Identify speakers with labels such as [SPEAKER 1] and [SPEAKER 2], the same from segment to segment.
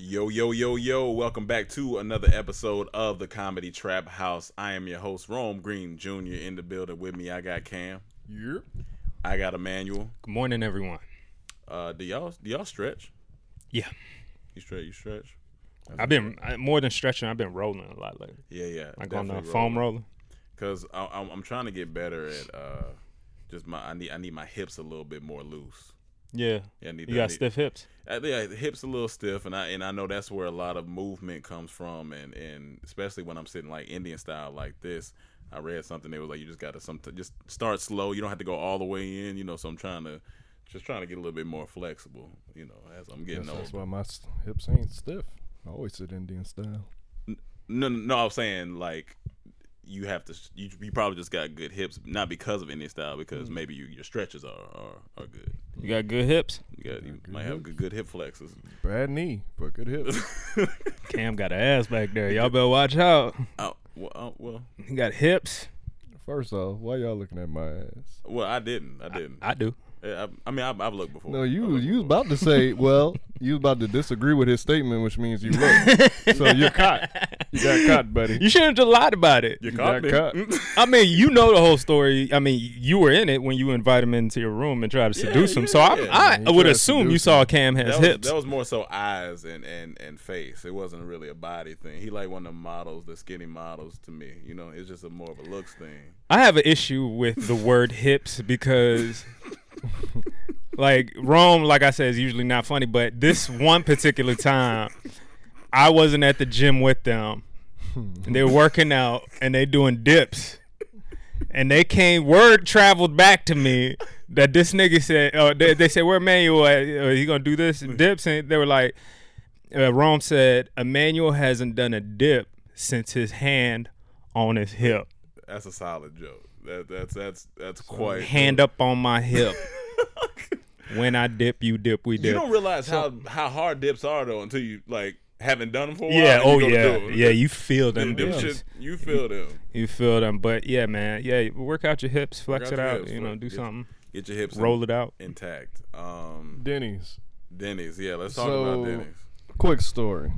[SPEAKER 1] Yo, yo, yo, yo. Welcome back to another episode of the Comedy Trap House. I am your host, Rome Green Jr. in the building with me. I got Cam.
[SPEAKER 2] Yep.
[SPEAKER 1] I got Emmanuel.
[SPEAKER 2] Good morning, everyone.
[SPEAKER 1] Uh do y'all do y'all stretch?
[SPEAKER 2] Yeah,
[SPEAKER 1] You stretch, you stretch?
[SPEAKER 2] I've been I, more than stretching. I've been rolling a lot lately,
[SPEAKER 1] Yeah, yeah.
[SPEAKER 2] like on the foam roller.
[SPEAKER 1] Cause I, I'm, I'm trying to get better at uh just my I need I need my hips a little bit more loose.
[SPEAKER 2] Yeah,
[SPEAKER 1] Yeah, I need
[SPEAKER 2] you
[SPEAKER 1] that- I
[SPEAKER 2] got
[SPEAKER 1] need-
[SPEAKER 2] stiff hips.
[SPEAKER 1] I think, like, Uh, the hips a little stiff, and I and I know that's where a lot of movement comes from, and and especially when I'm sitting like Indian style like this. I read something that was like you just gotta some just start slow. You don't have to go all the way in, you know. So I'm trying to just trying to get a little bit more flexible, you know, as I'm getting
[SPEAKER 3] Yes, that's
[SPEAKER 1] older.
[SPEAKER 3] why my s- hips ain't stiff. I always sit Indian style.
[SPEAKER 1] No, no, no, I was saying like you have to. You, you probably just got good hips, not because of Indian style, because maybe you, your stretches are are, are good.
[SPEAKER 2] You got good hips.
[SPEAKER 1] You got you might have good good hip flexes.
[SPEAKER 3] Bad knee, but good hips.
[SPEAKER 2] Cam got an ass back there. Y'all better watch out.
[SPEAKER 1] Oh well, oh, well,
[SPEAKER 2] He got hips.
[SPEAKER 3] First off, why y'all looking at my ass?
[SPEAKER 1] well, I didn't, I didn't.
[SPEAKER 2] I do.
[SPEAKER 1] Yeah, I, I mean, I've, I've looked before.
[SPEAKER 3] No,
[SPEAKER 1] I've
[SPEAKER 3] you
[SPEAKER 1] looked
[SPEAKER 3] you was
[SPEAKER 1] before.
[SPEAKER 3] about to say, well, you was about to disagree with his statement, which means you look. so you're caught. You got caught, buddy.
[SPEAKER 2] You shouldn't have lied about it.
[SPEAKER 1] You
[SPEAKER 3] You
[SPEAKER 1] caught
[SPEAKER 3] got
[SPEAKER 1] me.
[SPEAKER 3] caught.
[SPEAKER 2] I mean, you know the whole story. I mean, you were in it when you invited him into your room and tried to seduce him. So
[SPEAKER 1] yeah,
[SPEAKER 2] I, I
[SPEAKER 3] he
[SPEAKER 2] would
[SPEAKER 3] tried to
[SPEAKER 2] assume you
[SPEAKER 3] seduce
[SPEAKER 2] saw
[SPEAKER 3] him.
[SPEAKER 2] Cam has
[SPEAKER 1] That was,
[SPEAKER 2] hips.
[SPEAKER 1] that was more so eyes and, and, and face. It wasn't really a body thing. He like one of the models, the skinny models to me. You know, it's just a more of a looks thing.
[SPEAKER 2] I have an issue with the word hips because, like Rome, like I said, is usually not funny. But this one particular time, I wasn't at the gym with them. And they're working out and they doing dips, and they came. Word traveled back to me that this nigga said, "Oh, they, they said where Emmanuel at? Are you gonna do this and dips?" And they were like, uh, "Rome said Emmanuel hasn't done a dip since his hand on his hip."
[SPEAKER 1] That's a solid joke. That that's that's that's quite
[SPEAKER 2] hand up on my hip. when I dip, you dip, we
[SPEAKER 1] You
[SPEAKER 2] dip.
[SPEAKER 1] don't realize how how hard dips are though until you like haven't done them for a while.
[SPEAKER 2] yeah,
[SPEAKER 1] and
[SPEAKER 2] oh
[SPEAKER 1] you go to
[SPEAKER 2] yeah,
[SPEAKER 1] do 'em.
[SPEAKER 2] yeah. You feel them,
[SPEAKER 1] Them, them
[SPEAKER 2] dips.
[SPEAKER 1] shit, you feel them.
[SPEAKER 2] You feel them, but yeah, man, yeah. Work out your hips, flex
[SPEAKER 1] out
[SPEAKER 2] it
[SPEAKER 1] your
[SPEAKER 2] out.
[SPEAKER 1] hips,
[SPEAKER 2] you know,
[SPEAKER 1] flex-
[SPEAKER 2] do
[SPEAKER 1] yes.
[SPEAKER 2] something.
[SPEAKER 1] Get your hips
[SPEAKER 2] Roll it out.
[SPEAKER 1] intact. Um,
[SPEAKER 3] Denny's.
[SPEAKER 1] Denny's. Yeah, let's talk
[SPEAKER 3] So-
[SPEAKER 1] about Denny's.
[SPEAKER 3] Quick story.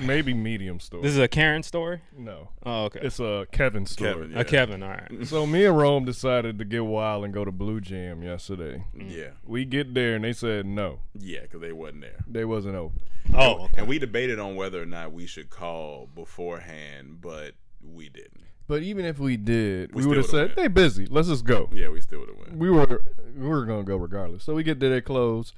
[SPEAKER 3] Maybe medium story.
[SPEAKER 2] This is a Karen story.
[SPEAKER 3] no.
[SPEAKER 2] Oh, okay.
[SPEAKER 3] It's a Kevin story.
[SPEAKER 1] Kevin. Yeah.
[SPEAKER 2] A Kevin. All right.
[SPEAKER 3] So me and Rome decided to get wild and go to Blue Jam yesterday.
[SPEAKER 1] Yeah,
[SPEAKER 3] We get there and they said no.
[SPEAKER 1] yeah, because they wasn't there.
[SPEAKER 3] They wasn't open.
[SPEAKER 2] Oh, okay.
[SPEAKER 1] And we debated on whether or not we should call beforehand, but we didn't.
[SPEAKER 3] But even if we did,
[SPEAKER 1] We
[SPEAKER 3] we,
[SPEAKER 1] still
[SPEAKER 3] would have
[SPEAKER 1] would've went.
[SPEAKER 3] said, "They busy. Let's just go."
[SPEAKER 1] Yeah, we still would have went.
[SPEAKER 3] We were we were gonna go regardless. So we get to their close.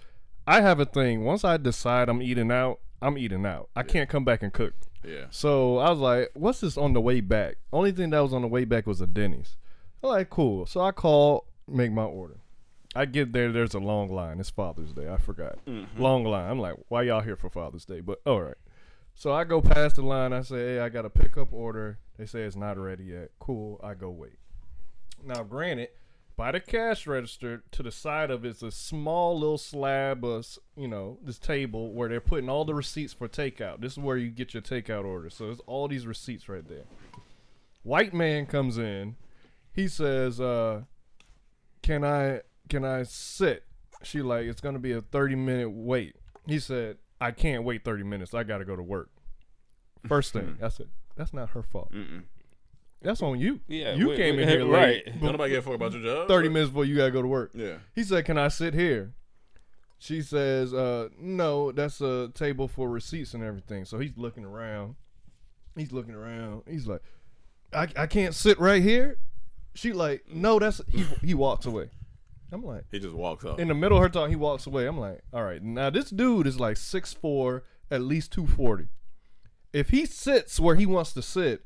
[SPEAKER 3] I have a thing. Once I decide I'm eating out, I'm eating out. I can't come back and cook.
[SPEAKER 1] Yeah.
[SPEAKER 3] So I was like, "What's this on the way back?" Only thing that was on the way back was a Denny's. I'm like, "Cool." So I call, make my order. I get there. There's a long line. It's Father's Day. I forgot. Long line. I'm like, "Why y'all here for Father's Day?" But all right. So I go past the line. I say, "Hey, I got a pickup order." They say it's not ready yet. Cool. I go wait. Now, granted, by the cash register to the side of it's a small little slab of s- you know this table where they're putting all the receipts for takeout this is where you get your takeout order so there's all these receipts right there white man comes in he says uh can i can i sit she like it's gonna be a 30 minute wait he said i can't wait 30 minutes i gotta go to work first thing
[SPEAKER 2] Mm-hmm.
[SPEAKER 3] i said that's not her fault that's on you
[SPEAKER 2] Yeah,
[SPEAKER 3] you
[SPEAKER 2] we-
[SPEAKER 3] came
[SPEAKER 2] we-
[SPEAKER 3] in here late.
[SPEAKER 2] right.
[SPEAKER 1] Don't nobody give a fuck about your job.
[SPEAKER 3] 30 minutes before you gotta go to work.
[SPEAKER 1] Yeah.
[SPEAKER 3] He said, Can I sit here? She says, uh, no, that's a table for receipts and everything. So he's looking around. He's looking around. He's like, I, I can't sit right here. She like, no, that's he, he walks away. I'm like,
[SPEAKER 1] He just walks up.
[SPEAKER 3] in the middle of her talk, he walks away. I'm like, all right, now this dude is like 6'4, at least 240. If he sits where he wants to sit,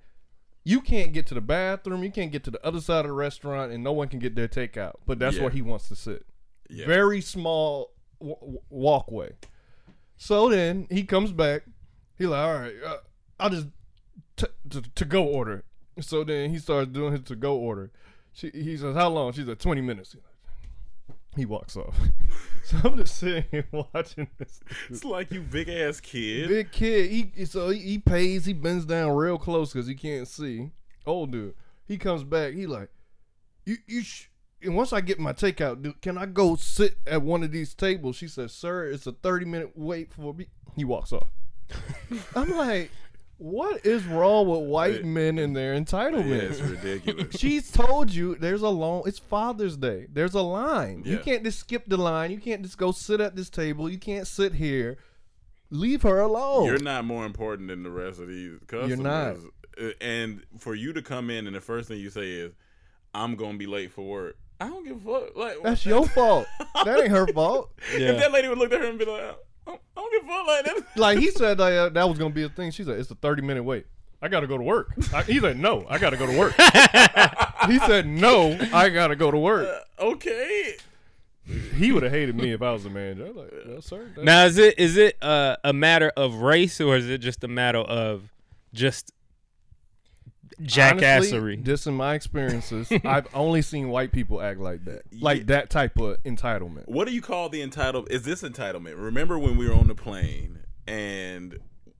[SPEAKER 3] you can't get to the bathroom, you can't get to the other side of the restaurant, and no one can get their takeout. But that's
[SPEAKER 1] Yeah.
[SPEAKER 3] where he wants to sit.
[SPEAKER 1] Yeah.
[SPEAKER 3] Very small w- w- walkway. So then he comes back. He like, all right, uh, I'll just t- t- to go order. So then he starts doing his to go order. She, he says, how long? She said, 20 minutes. He walks off. so I'm just sitting here watching this
[SPEAKER 1] It's like you big ass kid.
[SPEAKER 3] big kid. He so he, he pays. He bends down real close because he can't see. Old dude. He comes back. He like, you you. Sh-. And once I get my takeout, dude, can I go sit at one of these tables? She says, "Sir, it's a thirty minute wait for me." He walks off. I'm like, what is wrong with white men and their
[SPEAKER 1] yeah, it's
[SPEAKER 3] entitlements?
[SPEAKER 1] ridiculous.
[SPEAKER 3] She's told you there's a long. It's Father's Day. There's a line. You
[SPEAKER 1] Yeah.
[SPEAKER 3] can't just skip the line. You can't just go sit at this table. You can't sit here. Leave her alone.
[SPEAKER 1] You're not more important than the rest of these customers.
[SPEAKER 3] not.
[SPEAKER 1] Uh, And for you to come in and the first thing you say is, "I'm gonna be late for work." I don't give a fuck. Like
[SPEAKER 3] That's your fault. That ain't her fault.
[SPEAKER 2] Yeah.
[SPEAKER 1] If that lady would look at her and be like, "I don't, I don't give a fuck like that."
[SPEAKER 3] Like he said, like, uh, that was gonna be a thing. She said, "It's a thirty minute wait. I gotta go to work." I, he said, "No, I gotta go to work." he said, "No, I gotta go to work."
[SPEAKER 1] okay.
[SPEAKER 3] He would have hated me if I was a manager. I was like, "No, sir." that-
[SPEAKER 2] Now is it is it uh, a matter of race or is it just a matter of just
[SPEAKER 3] Honestly,
[SPEAKER 2] jackassery?
[SPEAKER 3] Just in my experiences, I've only seen white people act like that, like
[SPEAKER 1] Yeah.
[SPEAKER 3] that type of entitlement.
[SPEAKER 1] What do you call the entitled? Is this entitlement? Remember when we were on the plane and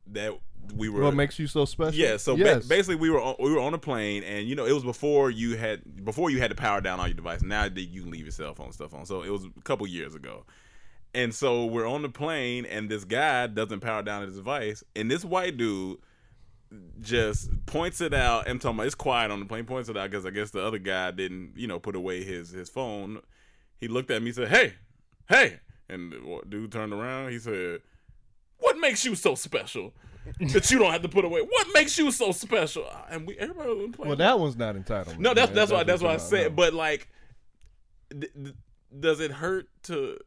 [SPEAKER 1] that we were
[SPEAKER 3] What makes you so special?
[SPEAKER 1] Yeah, so ba-
[SPEAKER 3] yes.
[SPEAKER 1] basically we were on, we were on a plane, and you know it was before you had before you had to power down all your devices. Now that you can leave your cell phone stuff on, so it was a couple years ago. And so we're on the plane, and this guy doesn't power down his device, and this white dude just points it out. I'm talking about it's quiet on the plane. Points it out because I guess the other guy didn't you know put away his his phone. He looked at me, said, "Hey, hey," and the wa- dude turned around. He said. What makes you so special that you don't have to put away? What makes you so special? And we everybody was playing.
[SPEAKER 3] well, that one's not entitlement.
[SPEAKER 1] no, that's
[SPEAKER 3] man.
[SPEAKER 1] that's why that's why I
[SPEAKER 3] what you're
[SPEAKER 1] said.
[SPEAKER 3] talking about,
[SPEAKER 1] But like, th- th- does it hurt to?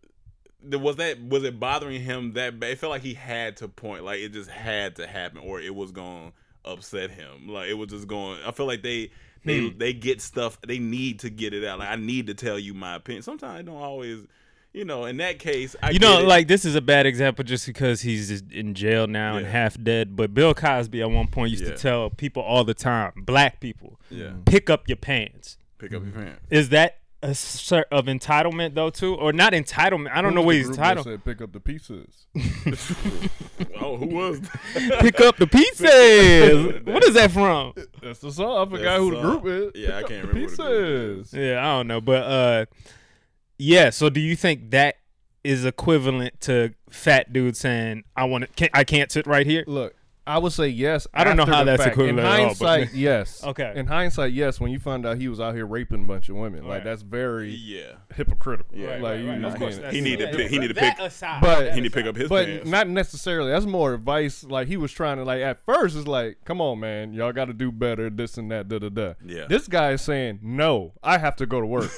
[SPEAKER 1] th- Was that was it bothering him that bad? It felt like he had to point, like it just had to happen, or it was going to upset him. Like it was just going. I feel like they they
[SPEAKER 2] Hmm.
[SPEAKER 1] they get stuff. They need to get it out. Like I need to tell you my opinion. Sometimes I don't always, you know. In that case, I
[SPEAKER 2] you know,
[SPEAKER 1] get it.
[SPEAKER 2] like this is a bad example just because he's in jail now and
[SPEAKER 1] Yeah.
[SPEAKER 2] half dead. But Bill Cosby at one point used
[SPEAKER 1] Yeah.
[SPEAKER 2] to tell people all the time, black people,
[SPEAKER 1] Yeah.
[SPEAKER 2] pick up your pants.
[SPEAKER 1] pick up your pants.
[SPEAKER 2] Is that a sort of entitlement though too, or not entitlement? I don't know
[SPEAKER 3] Who's
[SPEAKER 2] what
[SPEAKER 3] the
[SPEAKER 2] he's
[SPEAKER 3] group that
[SPEAKER 2] entitled.
[SPEAKER 3] Said, pick up the pieces.
[SPEAKER 1] Oh, who was that?
[SPEAKER 2] Pick up the pizzas. what is that from?
[SPEAKER 3] That's the song. I forgot
[SPEAKER 1] That's
[SPEAKER 3] who
[SPEAKER 1] the
[SPEAKER 3] the
[SPEAKER 1] song.
[SPEAKER 3] group is.
[SPEAKER 1] Yeah, I
[SPEAKER 3] Pick
[SPEAKER 1] can't
[SPEAKER 3] up
[SPEAKER 1] remember who the group
[SPEAKER 3] Pieces.
[SPEAKER 2] Yeah, I don't know, but uh, yeah. So, do you think that is equivalent to fat dude saying, "I want to, can't, I can't sit right here"?
[SPEAKER 3] Look, I would say yes.
[SPEAKER 2] I don't know
[SPEAKER 3] after
[SPEAKER 2] how
[SPEAKER 3] the
[SPEAKER 2] that's
[SPEAKER 3] fact.
[SPEAKER 2] equivalent
[SPEAKER 3] In
[SPEAKER 2] at all, but-
[SPEAKER 3] hindsight, yes.
[SPEAKER 2] Okay.
[SPEAKER 3] In hindsight, yes. When you find out he was out here raping a bunch of women, like
[SPEAKER 2] Right.
[SPEAKER 3] that's very
[SPEAKER 1] yeah.
[SPEAKER 3] hypocritical.
[SPEAKER 1] Yeah.
[SPEAKER 3] like
[SPEAKER 1] Right,
[SPEAKER 3] you just can't-
[SPEAKER 1] He need to pick- he need to pick-
[SPEAKER 2] aside,
[SPEAKER 3] But-
[SPEAKER 2] that
[SPEAKER 1] He need to pick up his
[SPEAKER 3] but
[SPEAKER 1] pants.
[SPEAKER 3] not necessarily. That's more advice. Like he was trying to like at first it's like, come on, man, y'all got to do better. This and that, da da da.
[SPEAKER 1] Yeah.
[SPEAKER 3] This guy is saying, no, I have to go to work.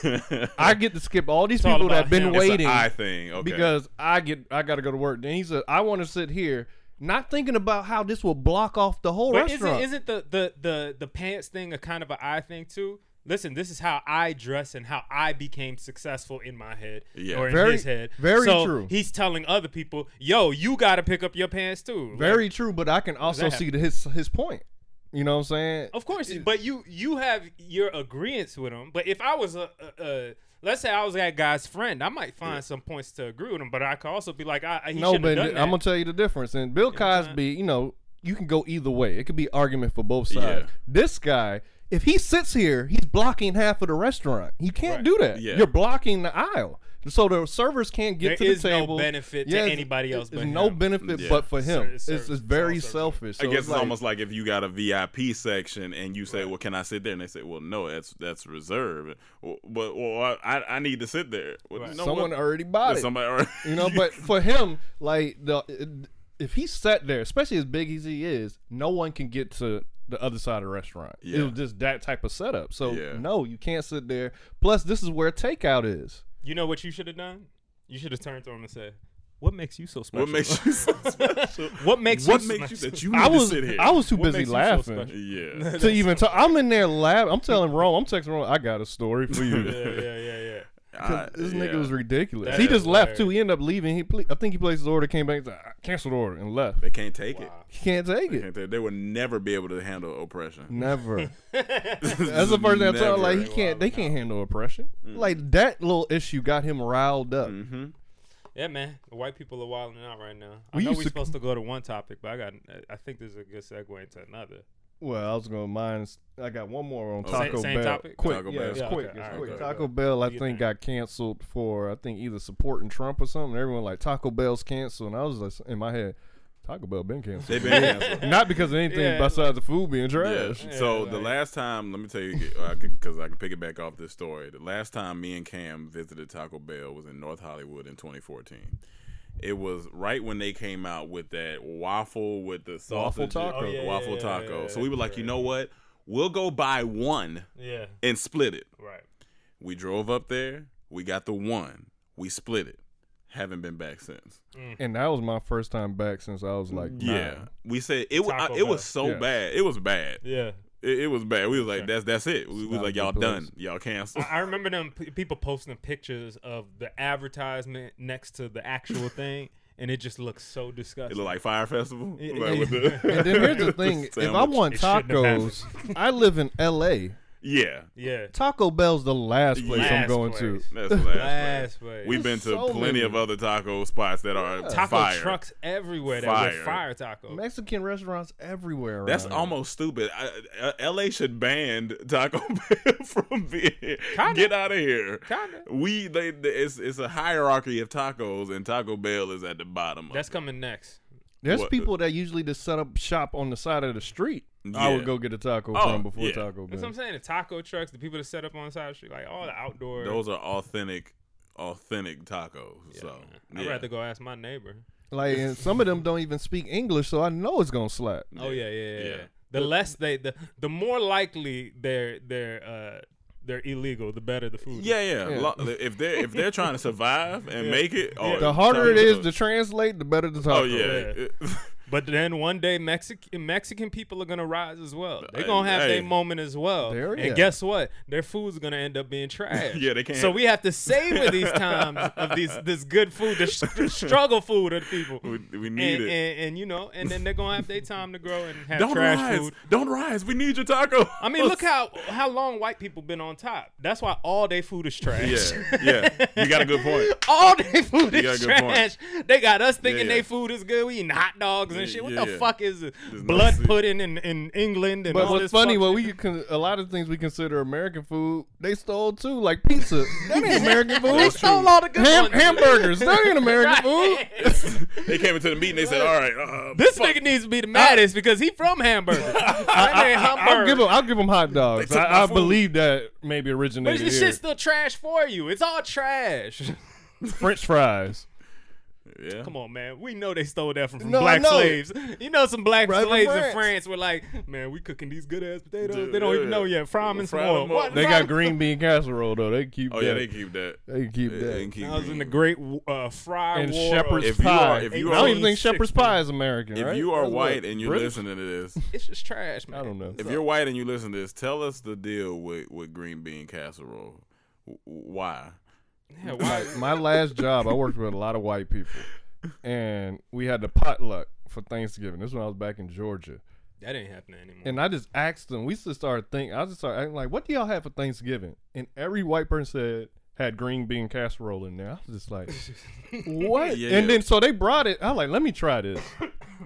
[SPEAKER 3] I get to skip all these
[SPEAKER 2] all
[SPEAKER 3] people that
[SPEAKER 2] about
[SPEAKER 3] have been
[SPEAKER 2] him. It's
[SPEAKER 1] It's
[SPEAKER 3] waiting
[SPEAKER 1] an eye thing. Okay.
[SPEAKER 3] because I get I got to go to work. Then he said, I want to sit here, not thinking about how this will block off the whole
[SPEAKER 2] But isn't
[SPEAKER 3] restaurant.
[SPEAKER 2] isn't the, the the the pants thing a kind of an eye thing too? Listen, this is how I dress and how I became successful in my head
[SPEAKER 1] Yeah.
[SPEAKER 2] or in
[SPEAKER 3] Very-
[SPEAKER 2] his head.
[SPEAKER 3] very
[SPEAKER 2] so
[SPEAKER 3] true.
[SPEAKER 2] He's telling other people, "Yo, you got to pick up your pants too." Like,
[SPEAKER 3] Very true, but I can also
[SPEAKER 2] that
[SPEAKER 3] see the, his his point. You know what I'm saying?
[SPEAKER 2] Of course, but you you have your agreements with them. But if I was a, a, a let's say I was that guy's friend, I might find some points to agree with him. But I could also be like, I, I he
[SPEAKER 3] No,
[SPEAKER 2] shouldn't have
[SPEAKER 3] but
[SPEAKER 2] done that.
[SPEAKER 3] I'm gonna tell you the difference. And Bill Cosby, you know, you can go either way. It could be argument for both sides.
[SPEAKER 1] Yeah.
[SPEAKER 3] This guy, if he sits here, he's blocking half of the restaurant. You can't do that.
[SPEAKER 1] Yeah.
[SPEAKER 3] You're blocking the aisle. So the servers can't get
[SPEAKER 2] There
[SPEAKER 3] to the
[SPEAKER 2] is no
[SPEAKER 3] table.
[SPEAKER 2] benefit to
[SPEAKER 3] it's-
[SPEAKER 2] anybody else
[SPEAKER 3] There's
[SPEAKER 2] but
[SPEAKER 3] no
[SPEAKER 2] him.
[SPEAKER 3] benefit
[SPEAKER 1] Yeah.
[SPEAKER 3] but for him.
[SPEAKER 2] Ser- ser-
[SPEAKER 3] it's,
[SPEAKER 2] it's
[SPEAKER 3] it's
[SPEAKER 2] all
[SPEAKER 3] very
[SPEAKER 2] service.
[SPEAKER 3] selfish.
[SPEAKER 1] I
[SPEAKER 3] So
[SPEAKER 1] guess
[SPEAKER 3] it's
[SPEAKER 1] it's
[SPEAKER 3] like-
[SPEAKER 1] almost like if you got a VIP section and you say, "Well, can I sit there?" and they say, "Well, no, that's that's reserved." Well, but well, I I need to sit there. Well,
[SPEAKER 2] Right.
[SPEAKER 1] you know
[SPEAKER 3] someone
[SPEAKER 1] what?
[SPEAKER 3] already bought
[SPEAKER 1] Yeah,
[SPEAKER 3] it.
[SPEAKER 1] Somebody already.
[SPEAKER 3] You know, but for him, like the if he sat there, especially as big as he is, no one can get to the other side of the restaurant. It
[SPEAKER 1] Yeah.
[SPEAKER 3] was just that type of setup. So
[SPEAKER 1] Yeah.
[SPEAKER 3] no, you can't sit there. Plus, this is where takeout is.
[SPEAKER 2] You know what you should have done? You should have turned to him and said, "What makes you so special?
[SPEAKER 1] what makes you so special?
[SPEAKER 2] What makes
[SPEAKER 1] what
[SPEAKER 2] you
[SPEAKER 1] makes you
[SPEAKER 2] special?
[SPEAKER 1] that you need
[SPEAKER 3] I was
[SPEAKER 1] to sit here?
[SPEAKER 3] I was too
[SPEAKER 2] What
[SPEAKER 3] busy
[SPEAKER 2] makes you so
[SPEAKER 3] laughing
[SPEAKER 2] special?
[SPEAKER 1] yeah.
[SPEAKER 3] to even talk. I'm in there laughing. I'm telling Rome. I'm texting Rome. I got a story for you.
[SPEAKER 2] yeah, yeah, yeah, yeah.
[SPEAKER 1] I-
[SPEAKER 3] This
[SPEAKER 1] yeah.
[SPEAKER 3] nigga was ridiculous.
[SPEAKER 2] That
[SPEAKER 3] he
[SPEAKER 2] is
[SPEAKER 3] just
[SPEAKER 2] hilarious.
[SPEAKER 3] left too. He ended up leaving. He, ple- I think he placed his order, came back, and said, "I canceled the order, and left.
[SPEAKER 1] They can't take
[SPEAKER 3] He can't take
[SPEAKER 1] it.
[SPEAKER 3] it.
[SPEAKER 1] Can't take- They would never be able to handle oppression.
[SPEAKER 3] Never. That's the first thing I told. Like he can't. They can't handle oppression.
[SPEAKER 1] Mm.
[SPEAKER 3] Like that little issue got him riled up.
[SPEAKER 1] Mm-hmm.
[SPEAKER 2] Yeah, man. The white people are wilding out right now. I
[SPEAKER 3] We
[SPEAKER 2] know
[SPEAKER 3] used
[SPEAKER 2] we're
[SPEAKER 3] to-
[SPEAKER 2] supposed to go to one topic, but I got. I think this is a good segue into another.
[SPEAKER 3] Well, I was gonna mine. I got one more on
[SPEAKER 1] Oh,
[SPEAKER 3] Taco
[SPEAKER 2] same- same
[SPEAKER 3] Bell.
[SPEAKER 2] topic?
[SPEAKER 3] Quick,
[SPEAKER 1] Taco
[SPEAKER 3] yeah,
[SPEAKER 1] Bell.
[SPEAKER 3] it's
[SPEAKER 1] Yeah,
[SPEAKER 3] quick.
[SPEAKER 2] okay,
[SPEAKER 3] it's
[SPEAKER 2] all right,
[SPEAKER 3] quick.
[SPEAKER 2] go, go,
[SPEAKER 3] Taco
[SPEAKER 2] go.
[SPEAKER 3] Bell, I
[SPEAKER 2] What do you
[SPEAKER 3] think,
[SPEAKER 2] think?
[SPEAKER 3] got canceled for I think either supporting Trump or something. Everyone like Taco Bell's canceled, and I was like in my head, Taco Bell been canceled.
[SPEAKER 1] They've been canceled.
[SPEAKER 3] Not because of anything
[SPEAKER 2] Yeah,
[SPEAKER 3] besides the food being trash.
[SPEAKER 1] Yeah. So the last time, let me tell you, because I, can pick it back off this story. The last time me and Cam visited Taco Bell was in North Hollywood in 2014. It was right when they came out with that waffle with the sausage,
[SPEAKER 3] Waffle taco. Oh,
[SPEAKER 2] yeah,
[SPEAKER 1] waffle
[SPEAKER 2] yeah,
[SPEAKER 1] taco.
[SPEAKER 2] yeah,
[SPEAKER 1] so we were like, you know what? We'll go buy one
[SPEAKER 2] Yeah.
[SPEAKER 1] and split it.
[SPEAKER 2] Right.
[SPEAKER 1] We drove up there. We got the one. We split it. Haven't been back since.
[SPEAKER 3] And that was my first time back since I was like,
[SPEAKER 1] Yeah,
[SPEAKER 3] nine.
[SPEAKER 1] we said it. wa- I,
[SPEAKER 2] Taco
[SPEAKER 1] it was
[SPEAKER 2] Bell.
[SPEAKER 1] so
[SPEAKER 3] Yeah.
[SPEAKER 1] bad. It was bad.
[SPEAKER 2] Yeah.
[SPEAKER 1] It, it was bad. We was like, that's that's it. We was
[SPEAKER 3] not a
[SPEAKER 1] like,
[SPEAKER 3] good
[SPEAKER 1] y'all
[SPEAKER 3] place.
[SPEAKER 1] done. Y'all canceled.
[SPEAKER 2] I remember them p- people posting pictures of the advertisement next to the actual thing, and it just looks so
[SPEAKER 1] It
[SPEAKER 2] disgusting.
[SPEAKER 1] looked like Fire Festival.
[SPEAKER 2] Yeah,
[SPEAKER 1] Like
[SPEAKER 2] yeah.
[SPEAKER 1] with the-
[SPEAKER 3] And then here's the thing: if I
[SPEAKER 1] sandwich.
[SPEAKER 3] want
[SPEAKER 2] It shouldn't have happened.
[SPEAKER 3] tacos, I live in L.A.
[SPEAKER 1] yeah,
[SPEAKER 2] yeah.
[SPEAKER 3] Taco Bell's the last place I'm
[SPEAKER 2] Last
[SPEAKER 3] going
[SPEAKER 2] place.
[SPEAKER 3] to.
[SPEAKER 1] that's the last.
[SPEAKER 2] Last place.
[SPEAKER 1] place. We've been to
[SPEAKER 3] So
[SPEAKER 1] plenty
[SPEAKER 3] many.
[SPEAKER 1] of other taco spots that are
[SPEAKER 2] taco
[SPEAKER 1] fire.
[SPEAKER 2] trucks everywhere that
[SPEAKER 1] Fire.
[SPEAKER 2] were fire taco.
[SPEAKER 3] Mexican restaurants everywhere. Around
[SPEAKER 1] That's
[SPEAKER 3] here.
[SPEAKER 1] almost stupid. I, uh, L.A. should ban Taco Bell from being here.
[SPEAKER 2] Kinda.
[SPEAKER 1] Get out of here.
[SPEAKER 2] Kinda.
[SPEAKER 1] We they, they- it's it's a hierarchy of tacos, and Taco Bell is at the bottom.
[SPEAKER 2] That's
[SPEAKER 1] of it.
[SPEAKER 2] coming next.
[SPEAKER 3] There's
[SPEAKER 1] what-
[SPEAKER 3] people that usually just set up shop on the side of the street. I
[SPEAKER 1] Yeah.
[SPEAKER 3] would go get a taco
[SPEAKER 1] Oh,
[SPEAKER 3] from before
[SPEAKER 1] yeah.
[SPEAKER 3] Taco
[SPEAKER 2] That's what
[SPEAKER 3] Bell.
[SPEAKER 2] I'm saying. The taco trucks, the people that set up on the side of the street, like all the outdoor.
[SPEAKER 1] Those are authentic, authentic tacos. so
[SPEAKER 2] I'd
[SPEAKER 1] yeah.
[SPEAKER 2] rather go ask my neighbor.
[SPEAKER 3] Like, and some of them don't even speak English, so I know it's gonna slap.
[SPEAKER 2] Oh yeah, yeah, yeah.
[SPEAKER 1] Yeah.
[SPEAKER 2] yeah. The less they, the the more likely they're they're uh they're illegal. The better the food. is.
[SPEAKER 1] Yeah, yeah.
[SPEAKER 3] Yeah.
[SPEAKER 1] Lo- if they're if they're trying to survive and make it, oh,
[SPEAKER 3] The harder it is
[SPEAKER 1] tacos-
[SPEAKER 3] to translate, the better the taco.
[SPEAKER 1] Oh yeah.
[SPEAKER 2] But then one day Mexican Mexican people are gonna rise as well. They're gonna have
[SPEAKER 1] Hey.
[SPEAKER 2] their moment as well.
[SPEAKER 3] There
[SPEAKER 2] and
[SPEAKER 3] is.
[SPEAKER 2] guess what? Their food's gonna end up being trash.
[SPEAKER 1] Yeah, they can't-
[SPEAKER 2] So we have to savor these times of these this good food, this, this struggle food of the people.
[SPEAKER 1] We- we need
[SPEAKER 2] and,
[SPEAKER 1] it.
[SPEAKER 2] and, and you know, and then they're gonna have their time to grow and have
[SPEAKER 1] Don't
[SPEAKER 2] trash
[SPEAKER 1] rise.
[SPEAKER 2] food.
[SPEAKER 1] Don't rise. We need your taco.
[SPEAKER 2] I mean, look how how long white people been on top. That's why all their food is trash.
[SPEAKER 1] Yeah, yeah. You got a good point.
[SPEAKER 2] all their food
[SPEAKER 1] You got
[SPEAKER 2] is
[SPEAKER 1] a good point.
[SPEAKER 2] trash. They got us thinking
[SPEAKER 1] Yeah, yeah.
[SPEAKER 2] their food is good. We eating hot dogs and
[SPEAKER 1] Yeah,
[SPEAKER 2] shit. What
[SPEAKER 1] yeah,
[SPEAKER 2] the
[SPEAKER 1] yeah.
[SPEAKER 2] fuck is it?
[SPEAKER 1] no
[SPEAKER 2] blood
[SPEAKER 1] soup.
[SPEAKER 2] pudding in, in England and
[SPEAKER 3] But
[SPEAKER 2] all
[SPEAKER 3] what's
[SPEAKER 2] this
[SPEAKER 3] funny,
[SPEAKER 2] fuck
[SPEAKER 3] what
[SPEAKER 2] shit?
[SPEAKER 3] we con- a lot of things we consider American food, they stole too, like pizza. That ain't American food.
[SPEAKER 2] they stole all the good
[SPEAKER 3] Ham-
[SPEAKER 2] ones.
[SPEAKER 3] hamburgers. That ain't American food.
[SPEAKER 2] Right.
[SPEAKER 1] They came into the meeting. They said, "All right, uh,
[SPEAKER 2] this nigga needs to be the maddest because he from Hamburg. That ain't
[SPEAKER 3] I'll
[SPEAKER 2] Hamburg.
[SPEAKER 3] give them. I'll give them hot dogs.
[SPEAKER 1] took
[SPEAKER 3] I,
[SPEAKER 1] my
[SPEAKER 3] I
[SPEAKER 1] food.
[SPEAKER 3] believe that maybe
[SPEAKER 2] but
[SPEAKER 3] originated
[SPEAKER 2] this
[SPEAKER 3] here.
[SPEAKER 2] shit's still trash for you. It's all trash.
[SPEAKER 3] French fries.
[SPEAKER 1] yeah."
[SPEAKER 2] Come on, man. We know they stole that from, from
[SPEAKER 3] No, I
[SPEAKER 2] black
[SPEAKER 3] know.
[SPEAKER 2] slaves. You know some black
[SPEAKER 3] Right from
[SPEAKER 2] slaves in
[SPEAKER 3] France.
[SPEAKER 2] France were like, man, we cooking these good ass potatoes.
[SPEAKER 1] Dude,
[SPEAKER 2] they don't
[SPEAKER 1] yeah,
[SPEAKER 2] even know
[SPEAKER 1] yeah.
[SPEAKER 2] yet. Fry 'em in some
[SPEAKER 1] Fry 'em
[SPEAKER 2] oil.
[SPEAKER 1] up.
[SPEAKER 2] What?
[SPEAKER 3] They
[SPEAKER 2] Fry 'em-
[SPEAKER 3] got green bean casserole though. They keep.
[SPEAKER 1] Oh yeah,
[SPEAKER 3] that.
[SPEAKER 1] they keep that.
[SPEAKER 3] They can keep
[SPEAKER 1] They-
[SPEAKER 3] that.
[SPEAKER 1] they keep
[SPEAKER 2] I was in the
[SPEAKER 1] green.
[SPEAKER 2] great uh, fry
[SPEAKER 3] and
[SPEAKER 2] war.
[SPEAKER 3] shepherd's
[SPEAKER 1] If you
[SPEAKER 3] pie.
[SPEAKER 1] are- if you
[SPEAKER 3] I don't
[SPEAKER 1] are-
[SPEAKER 3] even think shepherd's pie is American.
[SPEAKER 1] If
[SPEAKER 3] right?
[SPEAKER 1] you are
[SPEAKER 3] That's what,
[SPEAKER 1] white and you're
[SPEAKER 3] British?
[SPEAKER 1] listening to this,
[SPEAKER 2] it's just trash, man.
[SPEAKER 3] I don't know.
[SPEAKER 1] if you're white and you listen to this, tell us the deal with with green bean casserole. W- Why?
[SPEAKER 2] Yeah, why?
[SPEAKER 3] My last job, I worked with a lot of white people, and we had the potluck for Thanksgiving. This is when I was back in Georgia.
[SPEAKER 2] That ain't happening anymore.
[SPEAKER 3] And I just asked them. We just started thinking. I just started acting like, "What do y'all have for Thanksgiving?" And every white person said had green bean casserole in there. I was just like, "What?"
[SPEAKER 1] Yeah,
[SPEAKER 3] and
[SPEAKER 1] yeah.
[SPEAKER 3] then so they brought it. I was like, "Let me try this."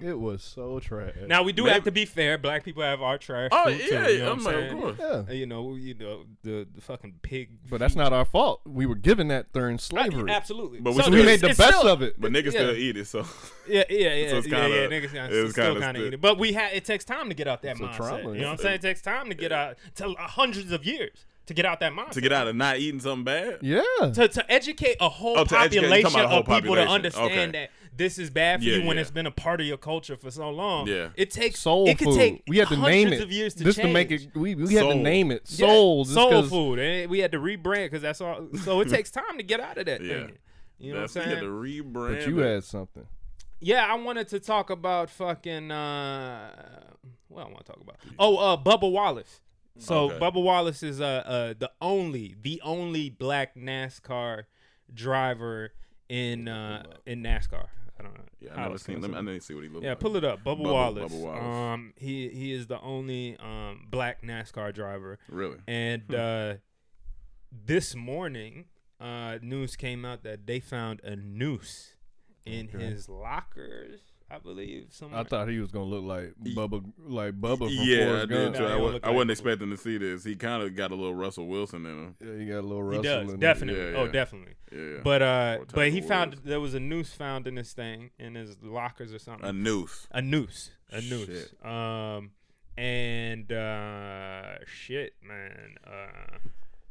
[SPEAKER 3] it was so trash.
[SPEAKER 2] now we do have to be fair. Black people have our trash.
[SPEAKER 1] Oh
[SPEAKER 2] food,
[SPEAKER 1] yeah,
[SPEAKER 2] too, you know
[SPEAKER 1] I'm
[SPEAKER 2] what
[SPEAKER 1] like,
[SPEAKER 2] I'm
[SPEAKER 1] of
[SPEAKER 2] saying?
[SPEAKER 1] course.
[SPEAKER 3] yeah,
[SPEAKER 2] Uh, You know, you know the, the fucking pig.
[SPEAKER 3] but that's not our fault. We were given that during slavery.
[SPEAKER 2] Absolutely.
[SPEAKER 1] But
[SPEAKER 2] But
[SPEAKER 1] we
[SPEAKER 3] So we
[SPEAKER 1] It's-
[SPEAKER 3] made the best of it.
[SPEAKER 1] But niggas still eat it, so
[SPEAKER 2] Yeah, yeah, yeah,
[SPEAKER 1] So it's
[SPEAKER 2] yeah, yeah.
[SPEAKER 1] kinda-
[SPEAKER 2] Niggas kinda,
[SPEAKER 1] it's
[SPEAKER 2] still
[SPEAKER 1] kinda
[SPEAKER 2] kind of
[SPEAKER 1] sti-
[SPEAKER 2] eating. But we had it takes time to get out that
[SPEAKER 3] It's a
[SPEAKER 2] mindset.
[SPEAKER 3] trauma,
[SPEAKER 2] you know what I'm
[SPEAKER 3] yeah.
[SPEAKER 2] saying? It takes time to get out to hundreds of years to get out that mindset.
[SPEAKER 1] to get out of not eating something bad.
[SPEAKER 3] Yeah.
[SPEAKER 2] to, to educate a whole
[SPEAKER 1] Oh, to educate- you're
[SPEAKER 2] population
[SPEAKER 1] talking about
[SPEAKER 2] of
[SPEAKER 1] a whole
[SPEAKER 2] people to
[SPEAKER 1] population.
[SPEAKER 2] understand
[SPEAKER 1] Okay.
[SPEAKER 2] that this is bad for
[SPEAKER 1] Yeah,
[SPEAKER 2] you when
[SPEAKER 1] yeah.
[SPEAKER 2] it's been a part of your culture for so long.
[SPEAKER 1] Yeah.
[SPEAKER 2] It takes
[SPEAKER 3] Soul
[SPEAKER 2] it could
[SPEAKER 3] food.
[SPEAKER 2] Take
[SPEAKER 3] we had to name
[SPEAKER 2] hundreds
[SPEAKER 3] it.
[SPEAKER 2] of years to
[SPEAKER 3] just
[SPEAKER 2] change.
[SPEAKER 3] to make it. We, we had to
[SPEAKER 1] Soul.
[SPEAKER 3] name it.
[SPEAKER 2] Yeah,
[SPEAKER 3] Soul. just
[SPEAKER 2] soul
[SPEAKER 3] 'cause-
[SPEAKER 2] food. And we had to rebrand because that's all. So it takes time to get out of that
[SPEAKER 1] Yeah.
[SPEAKER 2] thing. You know
[SPEAKER 1] That's-
[SPEAKER 2] what I'm
[SPEAKER 1] you
[SPEAKER 2] saying?
[SPEAKER 1] had to rebrand.
[SPEAKER 3] But you
[SPEAKER 1] it.
[SPEAKER 3] had something.
[SPEAKER 2] Yeah, I wanted to talk about fucking uh what I want to talk about. Oh, uh Bubba Wallace. So
[SPEAKER 1] Okay.
[SPEAKER 2] Bubba Wallace is uh, uh the only the only black NASCAR driver in uh in NASCAR. I don't know.
[SPEAKER 1] Yeah,
[SPEAKER 2] how
[SPEAKER 1] I never
[SPEAKER 2] it's
[SPEAKER 1] seen. Let me, I
[SPEAKER 2] pronounced.
[SPEAKER 1] didn't see what he looked
[SPEAKER 2] Yeah,
[SPEAKER 1] like.
[SPEAKER 2] pull it up. Bubba,
[SPEAKER 1] Bubba-
[SPEAKER 2] Wallace.
[SPEAKER 1] Bubba Wallace.
[SPEAKER 2] Um he he is the only um black NASCAR driver.
[SPEAKER 1] Really?
[SPEAKER 2] And uh this morning uh news came out that they found a noose in his lockers, I believe. Somewhere.
[SPEAKER 3] I thought he was gonna look like Bubba, like Bubba from
[SPEAKER 1] Yeah, I
[SPEAKER 3] Forrest Gump.
[SPEAKER 1] did. too.
[SPEAKER 2] Nah,
[SPEAKER 1] I,
[SPEAKER 2] he
[SPEAKER 1] was,
[SPEAKER 2] look
[SPEAKER 1] I wasn't
[SPEAKER 2] like-
[SPEAKER 1] expecting to see this. He kind of got a little Russell Wilson in him.
[SPEAKER 3] Yeah, he got a little
[SPEAKER 2] he
[SPEAKER 3] Russell.
[SPEAKER 2] does
[SPEAKER 3] in there.
[SPEAKER 2] definitely.
[SPEAKER 1] Yeah,
[SPEAKER 2] Oh,
[SPEAKER 1] yeah.
[SPEAKER 2] definitely.
[SPEAKER 1] Yeah.
[SPEAKER 2] But uh,
[SPEAKER 1] Or Tiger
[SPEAKER 2] but he found
[SPEAKER 1] Woods.
[SPEAKER 2] there was a noose found in his thing in his lockers or something.
[SPEAKER 1] a noose.
[SPEAKER 2] a noose, a noose.
[SPEAKER 1] Shit.
[SPEAKER 2] Um, and uh, shit, man. Uh,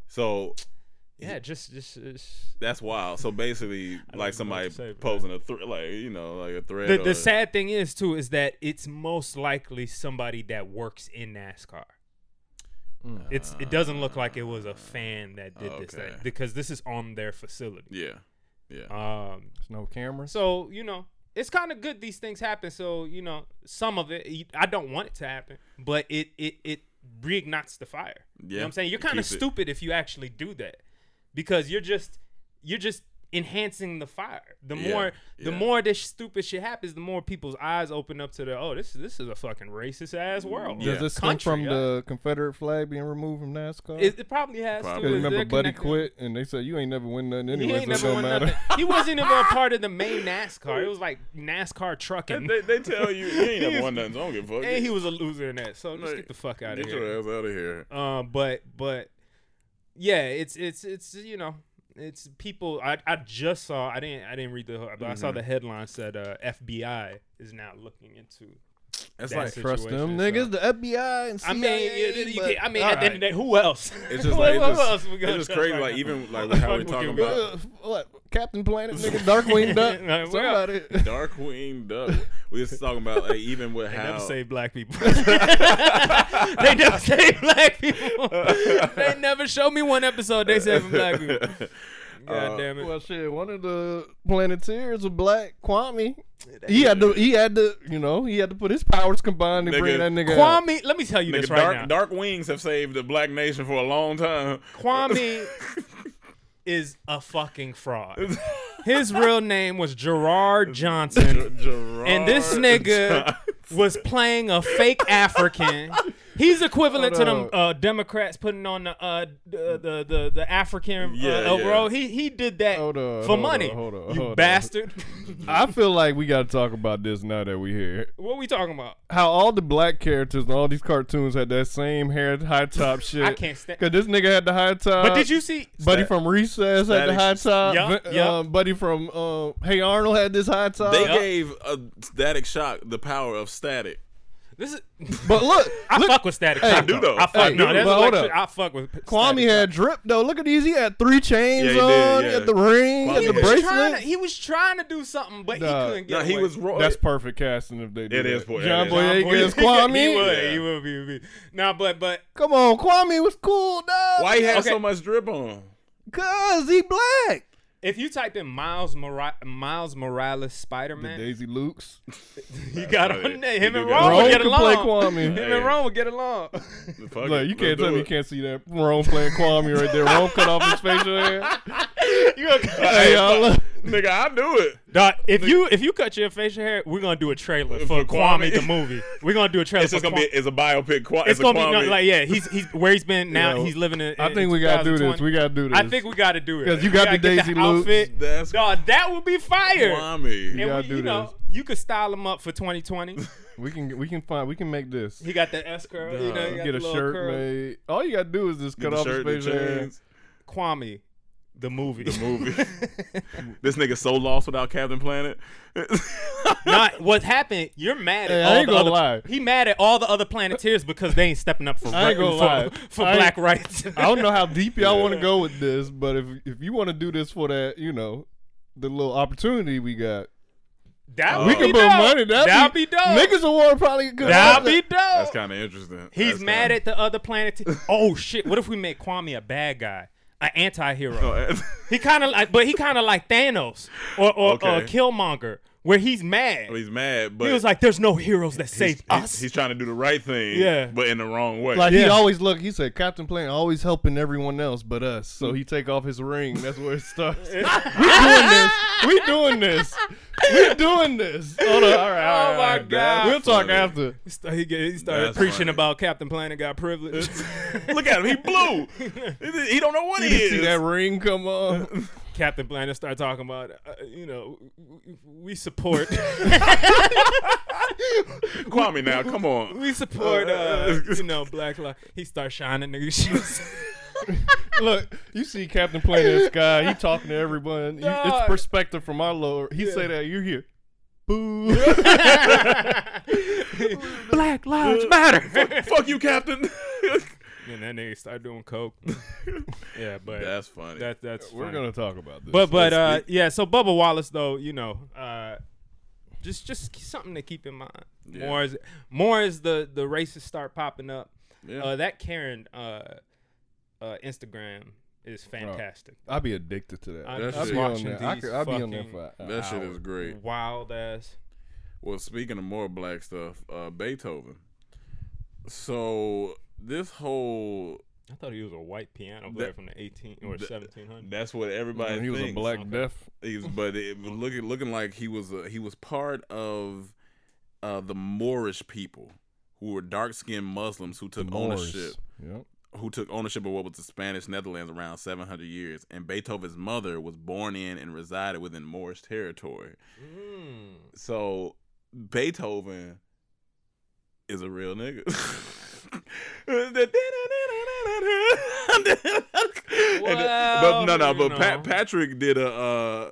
[SPEAKER 1] So
[SPEAKER 2] yeah, just just, just
[SPEAKER 1] that's wild. So basically,
[SPEAKER 2] don't know
[SPEAKER 1] like somebody
[SPEAKER 2] what to say, but-
[SPEAKER 1] posting a thr like you know, like a thread.
[SPEAKER 2] the
[SPEAKER 1] or-
[SPEAKER 2] the sad thing is too is that it's most likely somebody that works in NASCAR. It's it doesn't look like it was a fan that did this thing
[SPEAKER 1] Okay.
[SPEAKER 2] because this is on their facility.
[SPEAKER 1] Yeah. Yeah.
[SPEAKER 2] Um,
[SPEAKER 3] There's no cameras.
[SPEAKER 2] so you know, it's kind of good these things happen. So you know, some of it you- I don't want it to happen, but it it it reignites the fire. You know
[SPEAKER 1] Yeah,
[SPEAKER 2] what I'm saying? You're
[SPEAKER 1] it
[SPEAKER 2] kind of
[SPEAKER 1] keeps it-
[SPEAKER 2] stupid if you actually do that because you're just you're just enhancing the fire. The
[SPEAKER 1] Yeah,
[SPEAKER 2] more the
[SPEAKER 1] yeah.
[SPEAKER 2] more this stupid shit happens, the more people's eyes open up to the oh this this is a fucking racist ass world.
[SPEAKER 3] Does
[SPEAKER 1] Yeah.
[SPEAKER 3] this come
[SPEAKER 2] Country,
[SPEAKER 3] from
[SPEAKER 2] yeah.
[SPEAKER 3] the Confederate flag being removed from NASCAR?
[SPEAKER 2] It, it probably has. to,
[SPEAKER 1] Probably.
[SPEAKER 3] 'Cause
[SPEAKER 2] is
[SPEAKER 3] remember
[SPEAKER 2] they're
[SPEAKER 3] Buddy
[SPEAKER 2] connected.
[SPEAKER 3] quit, and they said you ain't never win nothing
[SPEAKER 2] He
[SPEAKER 3] anyway,
[SPEAKER 2] ain't
[SPEAKER 3] so it
[SPEAKER 2] never
[SPEAKER 3] don't
[SPEAKER 2] won
[SPEAKER 3] matter.
[SPEAKER 2] nothing. He wasn't even a part of the main NASCAR. It was like NASCAR trucking.
[SPEAKER 1] they, they tell you you ain't never won nothing. So I don't give a fuck.
[SPEAKER 2] And he was a loser in that. So just
[SPEAKER 1] Like,
[SPEAKER 2] get the fuck out of
[SPEAKER 1] Get
[SPEAKER 2] here.
[SPEAKER 1] your ass out of here.
[SPEAKER 2] Um, but but yeah, it's it's it's you know it's people. I I just saw. I didn't I didn't read the. whole- But I saw
[SPEAKER 1] Mm-hmm.
[SPEAKER 2] the headline said uh, FBI is now looking into.
[SPEAKER 1] That's
[SPEAKER 2] That's
[SPEAKER 1] like
[SPEAKER 2] it.
[SPEAKER 3] Trust them
[SPEAKER 2] situation,
[SPEAKER 3] niggas,
[SPEAKER 2] so-
[SPEAKER 3] the FBI and
[SPEAKER 2] I mean,
[SPEAKER 3] CIA,
[SPEAKER 2] you- you
[SPEAKER 3] but-
[SPEAKER 2] can't- I mean,
[SPEAKER 3] all
[SPEAKER 2] at the end of
[SPEAKER 3] right.
[SPEAKER 2] the day, who else?
[SPEAKER 1] it's just
[SPEAKER 2] Who-
[SPEAKER 1] like
[SPEAKER 2] who
[SPEAKER 1] it's
[SPEAKER 2] else
[SPEAKER 1] just,
[SPEAKER 2] we gonna
[SPEAKER 1] it's just
[SPEAKER 2] trust
[SPEAKER 1] crazy.
[SPEAKER 2] right
[SPEAKER 1] Like
[SPEAKER 2] now?
[SPEAKER 1] even like how
[SPEAKER 2] Fuck
[SPEAKER 1] we
[SPEAKER 2] we
[SPEAKER 1] talking
[SPEAKER 2] can-
[SPEAKER 1] about
[SPEAKER 3] Uh, what Captain Planet, nigga, Darkwing Duck,
[SPEAKER 2] Like, well-
[SPEAKER 3] somebody.
[SPEAKER 1] Darkween Duck. We just talking about like even with
[SPEAKER 2] They
[SPEAKER 1] how
[SPEAKER 2] never save black people. they never save black people. they never show me one episode they saving black people. God
[SPEAKER 1] Uh,
[SPEAKER 2] damn it.
[SPEAKER 3] Well, shit, one of the Planeteers was black, Kwame. He had to, he had to, you know, he had to put his powers combined to bring
[SPEAKER 1] Nigga,
[SPEAKER 3] that nigga. out.
[SPEAKER 2] Kwame, let me tell you
[SPEAKER 1] Nigga,
[SPEAKER 2] this right
[SPEAKER 1] dark,
[SPEAKER 2] now.
[SPEAKER 1] dark wings have saved the black nation for a long time.
[SPEAKER 2] Kwame is a fucking fraud. His real name was Gerard Johnson,
[SPEAKER 1] Gerard
[SPEAKER 2] and this nigga was playing a fake African. He's equivalent to them
[SPEAKER 3] Hold
[SPEAKER 2] uh, Democrats putting on the uh, the, the the the African uh,
[SPEAKER 1] Yeah,
[SPEAKER 2] uh,
[SPEAKER 1] yeah.
[SPEAKER 2] bro. He he did that
[SPEAKER 3] Hold on,
[SPEAKER 2] for
[SPEAKER 3] hold on,
[SPEAKER 2] money.
[SPEAKER 3] hold on,
[SPEAKER 2] you
[SPEAKER 3] hold on.
[SPEAKER 2] bastard.
[SPEAKER 3] I feel like we got to talk about this now that we here.
[SPEAKER 2] what we talking about?
[SPEAKER 3] How all the black characters in all these cartoons had that same hair, high top shit.
[SPEAKER 2] I can't stand-
[SPEAKER 3] Cause this nigga had the high top.
[SPEAKER 2] But did you see?
[SPEAKER 3] Buddy
[SPEAKER 1] Stat-
[SPEAKER 3] from Recess had the high
[SPEAKER 1] Statics.
[SPEAKER 3] top.
[SPEAKER 2] Yup,
[SPEAKER 3] Vin-
[SPEAKER 2] yup.
[SPEAKER 3] uh, buddy from uh, Hey Arnold had this high top.
[SPEAKER 2] uh,
[SPEAKER 1] They gave a static shock the power of static.
[SPEAKER 2] This is.
[SPEAKER 3] but look,
[SPEAKER 2] I
[SPEAKER 3] look
[SPEAKER 2] fuck with Static
[SPEAKER 3] Hey,
[SPEAKER 2] Shock.
[SPEAKER 1] do
[SPEAKER 2] though.
[SPEAKER 1] though.
[SPEAKER 2] I fuck
[SPEAKER 3] Hey,
[SPEAKER 2] no.
[SPEAKER 3] do-
[SPEAKER 2] That's
[SPEAKER 3] but hold
[SPEAKER 2] electric-
[SPEAKER 3] up.
[SPEAKER 2] I fuck with Static
[SPEAKER 3] Kwame
[SPEAKER 2] Shock.
[SPEAKER 3] had drip though. Look at these. He had three chains
[SPEAKER 1] Yeah, he did,
[SPEAKER 3] on.
[SPEAKER 1] yeah.
[SPEAKER 3] He had the ring.
[SPEAKER 1] Kwame
[SPEAKER 3] He had the
[SPEAKER 1] was
[SPEAKER 2] trying to-
[SPEAKER 3] bracelet.
[SPEAKER 2] he was trying to do something, but
[SPEAKER 3] Nah.
[SPEAKER 2] he couldn't get
[SPEAKER 1] No, he
[SPEAKER 2] away.
[SPEAKER 1] was raw.
[SPEAKER 3] That's perfect casting if they did.
[SPEAKER 1] is po- it
[SPEAKER 3] John
[SPEAKER 1] is.
[SPEAKER 2] John
[SPEAKER 3] Boyega is
[SPEAKER 2] Boyega. he
[SPEAKER 3] Kwame.
[SPEAKER 2] would. He would be. he would be. Nah, but but
[SPEAKER 3] Come on, Kwame was cool, dog.
[SPEAKER 1] why he had
[SPEAKER 2] Okay.
[SPEAKER 1] so much drip on.
[SPEAKER 3] Cause he black.
[SPEAKER 2] if you type in Miles Mora- Miles Morales Spider Man,
[SPEAKER 3] Daisy Lukes.
[SPEAKER 2] he got
[SPEAKER 1] funny.
[SPEAKER 2] on there. Him
[SPEAKER 1] He
[SPEAKER 2] and
[SPEAKER 1] do
[SPEAKER 2] Ron
[SPEAKER 1] got on.
[SPEAKER 2] would Oh, get
[SPEAKER 3] can play
[SPEAKER 2] along.
[SPEAKER 3] Kwame.
[SPEAKER 2] Him and Ron would get along.
[SPEAKER 1] Fuck it.
[SPEAKER 3] Look, you
[SPEAKER 1] Let's
[SPEAKER 3] can't
[SPEAKER 1] do
[SPEAKER 3] tell me you
[SPEAKER 1] it.
[SPEAKER 3] can't see that Rome playing Kwame right there. Rome cut off his facial hair.
[SPEAKER 2] You a-
[SPEAKER 3] Hey, y'all, look.
[SPEAKER 1] nigga, I do it.
[SPEAKER 2] Dog, if you if you cut your facial hair, we're gonna do a trailer for, Kwame,
[SPEAKER 1] Kwame.
[SPEAKER 2] the movie. We're gonna do a trailer
[SPEAKER 1] It's
[SPEAKER 2] for
[SPEAKER 1] just gonna
[SPEAKER 2] Kwame.
[SPEAKER 1] be it's a biopic. Qua-
[SPEAKER 2] it's
[SPEAKER 1] a
[SPEAKER 2] gonna be
[SPEAKER 1] Kwame.
[SPEAKER 2] no, like yeah, he's he's where he's been now.
[SPEAKER 3] know,
[SPEAKER 2] he's living in.
[SPEAKER 3] I
[SPEAKER 2] in-
[SPEAKER 3] think
[SPEAKER 2] in
[SPEAKER 3] we gotta do this.
[SPEAKER 2] 2020.
[SPEAKER 3] We gotta do this.
[SPEAKER 2] I think we gotta do it
[SPEAKER 3] 'Cause you
[SPEAKER 2] We
[SPEAKER 3] got
[SPEAKER 2] gotta
[SPEAKER 3] the
[SPEAKER 2] get
[SPEAKER 3] Daisy
[SPEAKER 2] the
[SPEAKER 3] Lukes.
[SPEAKER 2] outfit.
[SPEAKER 1] That's
[SPEAKER 2] Dog, that would be fire.
[SPEAKER 1] Kwame.
[SPEAKER 2] And
[SPEAKER 3] gotta
[SPEAKER 2] we,
[SPEAKER 3] do
[SPEAKER 2] you know,
[SPEAKER 3] this.
[SPEAKER 2] you could style him up for 2020.
[SPEAKER 3] we can we can find we can make this.
[SPEAKER 2] He got that S curl. You know, he got
[SPEAKER 3] Get
[SPEAKER 2] the
[SPEAKER 3] a
[SPEAKER 2] little
[SPEAKER 3] shirt
[SPEAKER 2] curl.
[SPEAKER 3] made. All you gotta do is just
[SPEAKER 1] Get
[SPEAKER 3] cut
[SPEAKER 1] the
[SPEAKER 3] off
[SPEAKER 1] shirt,
[SPEAKER 3] his
[SPEAKER 1] the
[SPEAKER 3] facial hair.
[SPEAKER 1] chains,
[SPEAKER 2] Kwame, the movie.
[SPEAKER 1] the movie. this nigga so lost without Captain Planet.
[SPEAKER 2] Not what happened. You're mad at
[SPEAKER 3] Hey, I
[SPEAKER 2] all
[SPEAKER 3] ain't
[SPEAKER 2] the
[SPEAKER 3] gonna
[SPEAKER 2] other.
[SPEAKER 3] lie.
[SPEAKER 2] He mad at all the other Planeteers because they ain't stepping up for
[SPEAKER 3] I ain't
[SPEAKER 2] ri-
[SPEAKER 3] gonna
[SPEAKER 2] for,
[SPEAKER 3] lie.
[SPEAKER 2] for
[SPEAKER 3] I ain't-
[SPEAKER 2] black rights.
[SPEAKER 3] I don't know how deep y'all want to go with this, but if if you want to do this for that, you know, the little opportunity we got,
[SPEAKER 2] That
[SPEAKER 3] we
[SPEAKER 2] would
[SPEAKER 3] could
[SPEAKER 2] be
[SPEAKER 3] put
[SPEAKER 2] dope.
[SPEAKER 3] money. That'd,
[SPEAKER 2] That'd be dope.
[SPEAKER 3] Niggas award probably could.
[SPEAKER 2] That'd be dope.
[SPEAKER 1] That's kind of interesting.
[SPEAKER 2] Oh. He's mad at the other planet. oh shit! What if we make Kwame a bad guy, an anti-hero?
[SPEAKER 1] at.
[SPEAKER 2] he kind of like, but he kind of like Thanos or or, or
[SPEAKER 1] Okay.
[SPEAKER 2] Killmonger, where he's mad.
[SPEAKER 1] he's mad, but
[SPEAKER 2] he was like, "There's no heroes that
[SPEAKER 1] he's,
[SPEAKER 2] save
[SPEAKER 1] he's-
[SPEAKER 2] us."
[SPEAKER 1] he's trying to do the right thing,
[SPEAKER 2] Yeah.
[SPEAKER 1] but in the wrong way.
[SPEAKER 3] Like
[SPEAKER 2] Yeah.
[SPEAKER 3] he always look. He said Captain Planet always helping everyone else but us. So he take off his ring. That's where it starts. we doing this. We doing this. We doing this. Hold on. All right. all right,
[SPEAKER 2] Oh, my
[SPEAKER 3] all right.
[SPEAKER 2] God.
[SPEAKER 3] We'll talk
[SPEAKER 1] Funny.
[SPEAKER 3] after.
[SPEAKER 2] He sta- he get- he started
[SPEAKER 1] That's
[SPEAKER 2] preaching
[SPEAKER 1] funny.
[SPEAKER 2] about Captain Planet got privilege.
[SPEAKER 1] Look at him, he blue. he, he don't know what he
[SPEAKER 3] You see
[SPEAKER 1] is.
[SPEAKER 3] that ring come on.
[SPEAKER 2] Captain Planet started talking about, uh, you know, w- we support,
[SPEAKER 1] Kwame, now come on.
[SPEAKER 2] we support, uh, you know, Black Lives. He started shining nigga shoes.
[SPEAKER 3] Look, you see Captain Planet in the sky. He talking to everyone. You- it's
[SPEAKER 2] Dog.
[SPEAKER 3] perspective from our lower. He say that you hear. Boo.
[SPEAKER 2] Black Lives Matter.
[SPEAKER 1] Fuck you, Captain.
[SPEAKER 2] and that nigga started doing coke. yeah, but that's
[SPEAKER 1] That's funny.
[SPEAKER 2] that, that's
[SPEAKER 3] We're
[SPEAKER 2] funny.
[SPEAKER 3] gonna talk about this.
[SPEAKER 2] But but uh, yeah. So Bubba Wallace though, you know, uh, just just k- something to keep in mind. More as more as the the races start popping up,
[SPEAKER 1] Yeah.
[SPEAKER 2] uh, that Karen uh, uh, Instagram is
[SPEAKER 3] Oh.
[SPEAKER 2] fantastic.
[SPEAKER 3] I'd be addicted to that.
[SPEAKER 2] I'm
[SPEAKER 1] That shit-
[SPEAKER 2] just
[SPEAKER 3] I'd be on
[SPEAKER 2] watching
[SPEAKER 3] that. I
[SPEAKER 2] these
[SPEAKER 3] could, I'd be on that
[SPEAKER 2] fucking
[SPEAKER 3] for.
[SPEAKER 1] that shit is great.
[SPEAKER 2] wild ass.
[SPEAKER 1] Well, speaking of more black stuff, uh, Beethoven. So this whole
[SPEAKER 2] I thought he was a white piano player from the 18 or 1700s.
[SPEAKER 1] that's what everybody
[SPEAKER 3] He was a
[SPEAKER 1] thinks.
[SPEAKER 3] black deaf.
[SPEAKER 1] He was- but it, was looking looking like he was a, he was part of uh, the Moorish people who were dark skinned Muslims who took ownership
[SPEAKER 3] Yep.
[SPEAKER 1] who took ownership of what was the Spanish Netherlands around 700 years, and Beethoven's mother was born in and resided within Moorish territory.
[SPEAKER 2] Mm.
[SPEAKER 1] So Beethoven is a real nigga. but no, no,
[SPEAKER 2] Well,
[SPEAKER 1] but
[SPEAKER 2] you know.
[SPEAKER 1] Pat, Patrick did a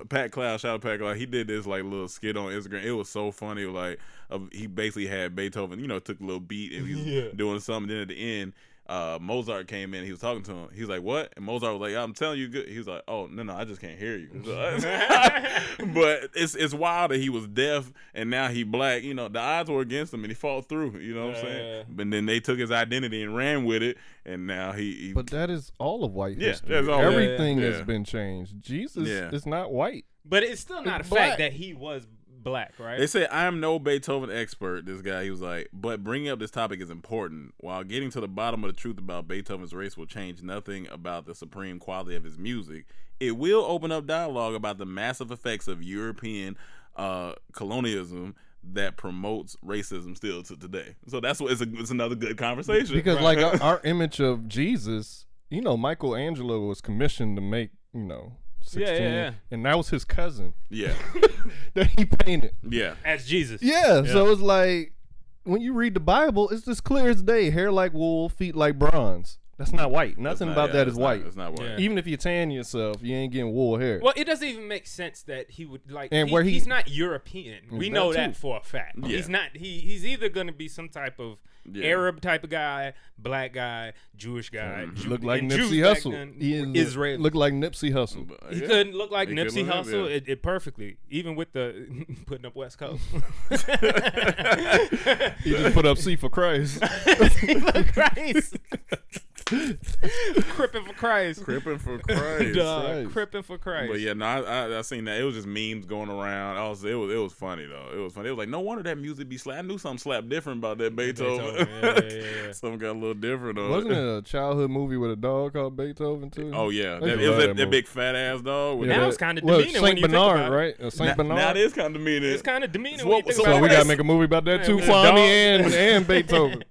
[SPEAKER 1] uh, Pat Cloud shout out Pat Cloud. He did this like little skit on Instagram. It was so funny. Like uh, he basically had Beethoven, you know, took a little beat and he was
[SPEAKER 2] Yeah.
[SPEAKER 1] doing something. Then at the end, uh, Mozart came in. He was talking to him. He was like, "What?" And Mozart was like, "I'm telling you, good." He was like, "Oh no, no, I just can't hear you." but it's it's wild that he was deaf and now he black. You know, the odds were against him, and he fought through. You know what I'm saying? But then they took his identity and ran with it, and now he. he
[SPEAKER 3] But that is all of white
[SPEAKER 1] Yeah,
[SPEAKER 3] history.
[SPEAKER 1] that's all-
[SPEAKER 3] Everything
[SPEAKER 1] Yeah, yeah.
[SPEAKER 3] has been changed. Jesus
[SPEAKER 1] Yeah.
[SPEAKER 3] is not white.
[SPEAKER 2] But it's still not a
[SPEAKER 3] Black.
[SPEAKER 2] fact that he was black, right?
[SPEAKER 1] They say I am no Beethoven expert. This guy, he was like, but bringing up this topic is important. While getting to the bottom of the truth about Beethoven's race will change nothing about the supreme quality of his music, it will open up dialogue about the massive effects of European uh, colonialism that promotes racism still to today. So that's what it's, a, it's another good conversation
[SPEAKER 3] Because like uh, our, our image of Jesus, you know, Michelangelo was commissioned to make, you know, 16,
[SPEAKER 2] yeah, yeah.
[SPEAKER 3] and that was his cousin
[SPEAKER 1] yeah,
[SPEAKER 3] that he painted.
[SPEAKER 1] yeah,
[SPEAKER 2] As Jesus.
[SPEAKER 3] Yeah, so it's like when you read the Bible, it's as clear as day. Hair like wool, feet like bronze. That's not white. Nothing about that is white.
[SPEAKER 1] It's not white.
[SPEAKER 2] Yeah.
[SPEAKER 3] Even if you tan yourself, you ain't getting wool hair.
[SPEAKER 2] Well, it doesn't even make sense that he would like.
[SPEAKER 3] And
[SPEAKER 2] he-
[SPEAKER 3] where he-
[SPEAKER 2] he's not European. We
[SPEAKER 3] that
[SPEAKER 2] know
[SPEAKER 3] too.
[SPEAKER 2] that for a fact.
[SPEAKER 1] Yeah.
[SPEAKER 2] He's not. He he's either gonna be some type of
[SPEAKER 1] Yeah.
[SPEAKER 2] Arab type of guy, black guy, Jewish guy. Jew-
[SPEAKER 3] Mm-hmm. Look like
[SPEAKER 2] and
[SPEAKER 3] Nipsey
[SPEAKER 2] Jews back
[SPEAKER 3] Hussle.
[SPEAKER 2] then
[SPEAKER 3] He
[SPEAKER 2] were
[SPEAKER 3] is-
[SPEAKER 2] Israeli.
[SPEAKER 3] Look like Nipsey Hussle.
[SPEAKER 1] But,
[SPEAKER 2] he
[SPEAKER 1] yeah.
[SPEAKER 2] could look like
[SPEAKER 1] He could
[SPEAKER 2] Nipsey
[SPEAKER 1] look like-
[SPEAKER 2] Hussle
[SPEAKER 1] yeah.
[SPEAKER 2] it, it perfectly, even with the putting up West Coast.
[SPEAKER 3] He just put up C for Christ.
[SPEAKER 2] Christ. Crippin' for Christ.
[SPEAKER 1] Cripping for Christ.
[SPEAKER 2] Dog,
[SPEAKER 3] Christ.
[SPEAKER 2] crippin' for Christ.
[SPEAKER 1] But yeah, no, I, I I seen that. It was just memes going around. I was it was it was funny though. It was funny. It was like no wonder that music be slap. I knew something slap different about that Beethoven.
[SPEAKER 2] Beethoven, yeah, yeah, yeah.
[SPEAKER 1] something got a little different. on
[SPEAKER 3] Wasn't it a childhood movie with a dog called Beethoven too?
[SPEAKER 1] Oh yeah,
[SPEAKER 3] That's
[SPEAKER 1] that, it was
[SPEAKER 3] right,
[SPEAKER 1] that, that
[SPEAKER 3] movie.
[SPEAKER 1] big fat ass dog. With
[SPEAKER 2] Now
[SPEAKER 1] that,
[SPEAKER 2] it's kinda
[SPEAKER 3] well,
[SPEAKER 2] demeaning
[SPEAKER 3] Saint
[SPEAKER 2] when you think
[SPEAKER 3] Bernard,
[SPEAKER 2] about it.
[SPEAKER 3] right? Uh, Saint
[SPEAKER 1] now,
[SPEAKER 3] Bernard.
[SPEAKER 1] now it is kind of mean.
[SPEAKER 2] It's kind of demeaning
[SPEAKER 1] So-
[SPEAKER 2] when you think
[SPEAKER 1] so
[SPEAKER 2] about
[SPEAKER 3] so we
[SPEAKER 2] it.
[SPEAKER 3] gotta make a movie about that
[SPEAKER 2] Man,
[SPEAKER 3] too.
[SPEAKER 2] with a dog.
[SPEAKER 3] Fonny and and Beethoven.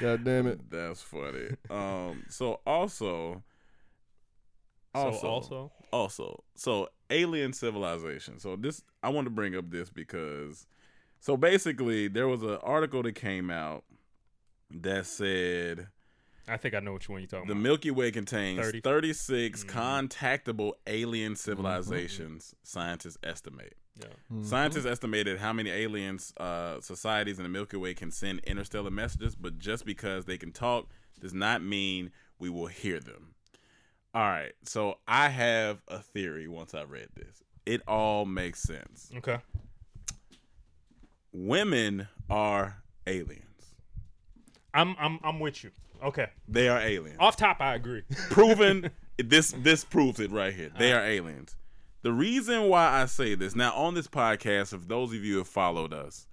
[SPEAKER 3] God damn it!
[SPEAKER 1] That's funny. Um. So also.
[SPEAKER 2] So
[SPEAKER 1] Also,
[SPEAKER 2] also,
[SPEAKER 1] also so alien civilization so this i want to bring up this because so basically there was an article that came out that said
[SPEAKER 2] I think I know which one you're talking
[SPEAKER 1] the
[SPEAKER 2] about.
[SPEAKER 1] milky way contains
[SPEAKER 2] 30.
[SPEAKER 1] 36 contactable alien civilizations scientists estimate
[SPEAKER 2] Yeah.
[SPEAKER 1] Scientists estimated how many aliens uh, societies in the Milky Way can send interstellar messages, but just because they can talk does not mean we will hear them. All right, so I have a theory once I read this. It all makes sense.
[SPEAKER 2] Okay.
[SPEAKER 1] Women are aliens,
[SPEAKER 2] I'm I'm I'm with you. Okay.
[SPEAKER 1] they are aliens.
[SPEAKER 2] Off top, I agree.
[SPEAKER 1] proven this this proves it right here. They are aliens. The reason why I say this now on this podcast, if those of you who have followed us,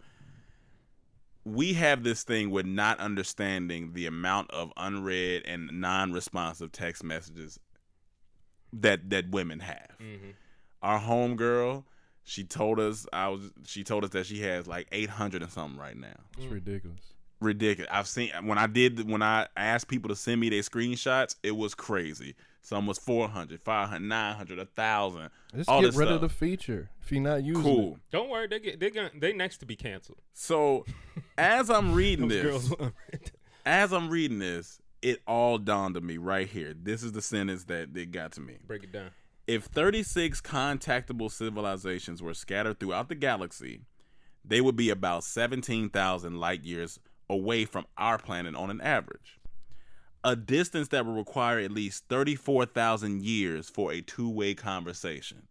[SPEAKER 1] we have this thing with not understanding the amount of unread and non-responsive text messages that that women have. Our homegirl, she told us I was she told us that she has like eight hundred and something right now
[SPEAKER 3] It's ridiculous.
[SPEAKER 1] ridiculous. I've seen when I did when I asked people to send me their screenshots, it was crazy. Some was 400, 500, 900, 1,000.
[SPEAKER 3] Just
[SPEAKER 1] all
[SPEAKER 3] get
[SPEAKER 1] this
[SPEAKER 3] rid
[SPEAKER 1] stuff.
[SPEAKER 3] of the feature if you're not using
[SPEAKER 1] cool.
[SPEAKER 2] Don't worry, they get they going they next to be canceled.
[SPEAKER 1] So, as I'm reading
[SPEAKER 2] Those
[SPEAKER 1] this,
[SPEAKER 2] girls. love it.
[SPEAKER 1] as I'm reading this, it all dawned on me right here. This is the sentence that that got to me.
[SPEAKER 2] Break it down.
[SPEAKER 1] If 36 contactable civilizations were scattered throughout the galaxy, they would be about 17,000 light years away from our planet on an average. A distance that would require at least 34,000 years for a two way conversation.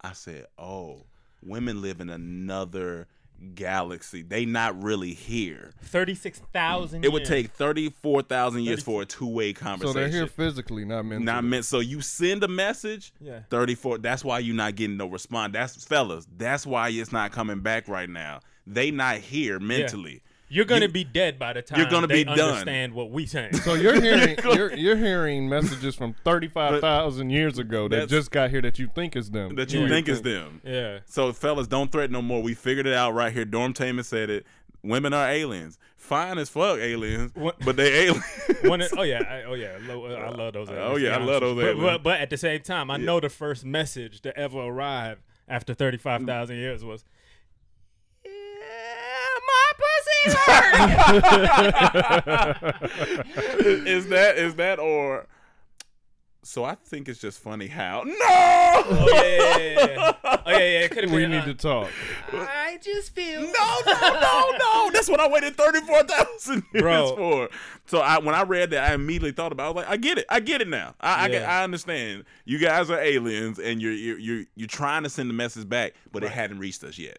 [SPEAKER 1] I said, oh, women live in another galaxy. They not really here.
[SPEAKER 2] Thirty six thousand.
[SPEAKER 1] It would take 34,000 years for a two way
[SPEAKER 3] it. So
[SPEAKER 1] conversation.
[SPEAKER 3] they're here physically, not mentally.
[SPEAKER 1] Not meant. So you send a message.
[SPEAKER 2] Yeah.
[SPEAKER 1] Thirty-four. That's why you're not getting no response. That's fellas. That's why it's not coming back right now. They not here mentally.
[SPEAKER 2] You're gonna
[SPEAKER 1] you-
[SPEAKER 2] be dead by the time
[SPEAKER 1] you're gonna be
[SPEAKER 2] they
[SPEAKER 1] done.
[SPEAKER 2] understand what we saying.
[SPEAKER 3] So you're hearing you're, you're hearing messages from thirty five thousand years ago that
[SPEAKER 1] That's-
[SPEAKER 3] just got here that you think is them.
[SPEAKER 1] That you
[SPEAKER 2] Yeah.
[SPEAKER 1] think is them.
[SPEAKER 2] yeah.
[SPEAKER 1] So fellas, don't threaten no more. We figured it out right here. Dorm Taman said it. Women are aliens. Fine as fuck aliens,
[SPEAKER 2] What-
[SPEAKER 1] but they aliens.
[SPEAKER 2] One of- oh yeah, I, oh yeah, Lo- uh, I love those. aliens,
[SPEAKER 1] Oh, yeah,
[SPEAKER 2] to be
[SPEAKER 1] I love
[SPEAKER 2] honest with
[SPEAKER 1] those
[SPEAKER 2] you. But,
[SPEAKER 1] aliens.
[SPEAKER 2] but, but at the same time, I know the first message to ever arrive after thirty five thousand years was, "Yeah, my pussy hurt."
[SPEAKER 1] is that is that or? So I think it's just funny how no.
[SPEAKER 2] oh, yeah, yeah, yeah, yeah. Oh yeah, yeah. It could have
[SPEAKER 3] we
[SPEAKER 2] been.
[SPEAKER 3] need to talk.
[SPEAKER 2] I just feel.
[SPEAKER 1] No, no, no, no. That's what I waited 34,000 years
[SPEAKER 2] Bro.
[SPEAKER 1] for. So I, when I read that, I immediately thought about it. I was like, I get it. I get it now. I, I, get-
[SPEAKER 2] Yeah.
[SPEAKER 1] I understand. You guys are aliens and you're, you're, you're, you're trying to send the message back, but it hadn't reached us yet.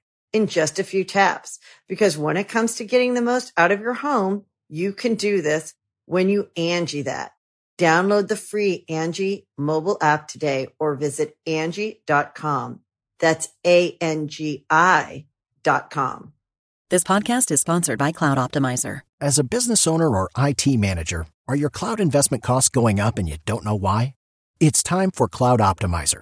[SPEAKER 4] in just a few taps. Because when it comes to getting the most out of your home, you can do this when you Angie that. Download the free Angie mobile app today or visit Angie.com. That's A-N-G-I dot com.
[SPEAKER 5] This podcast is sponsored by Cloud Optimizer.
[SPEAKER 6] As a business owner or IT manager, are your cloud investment costs going up and you don't know why? It's time for Cloud Optimizer.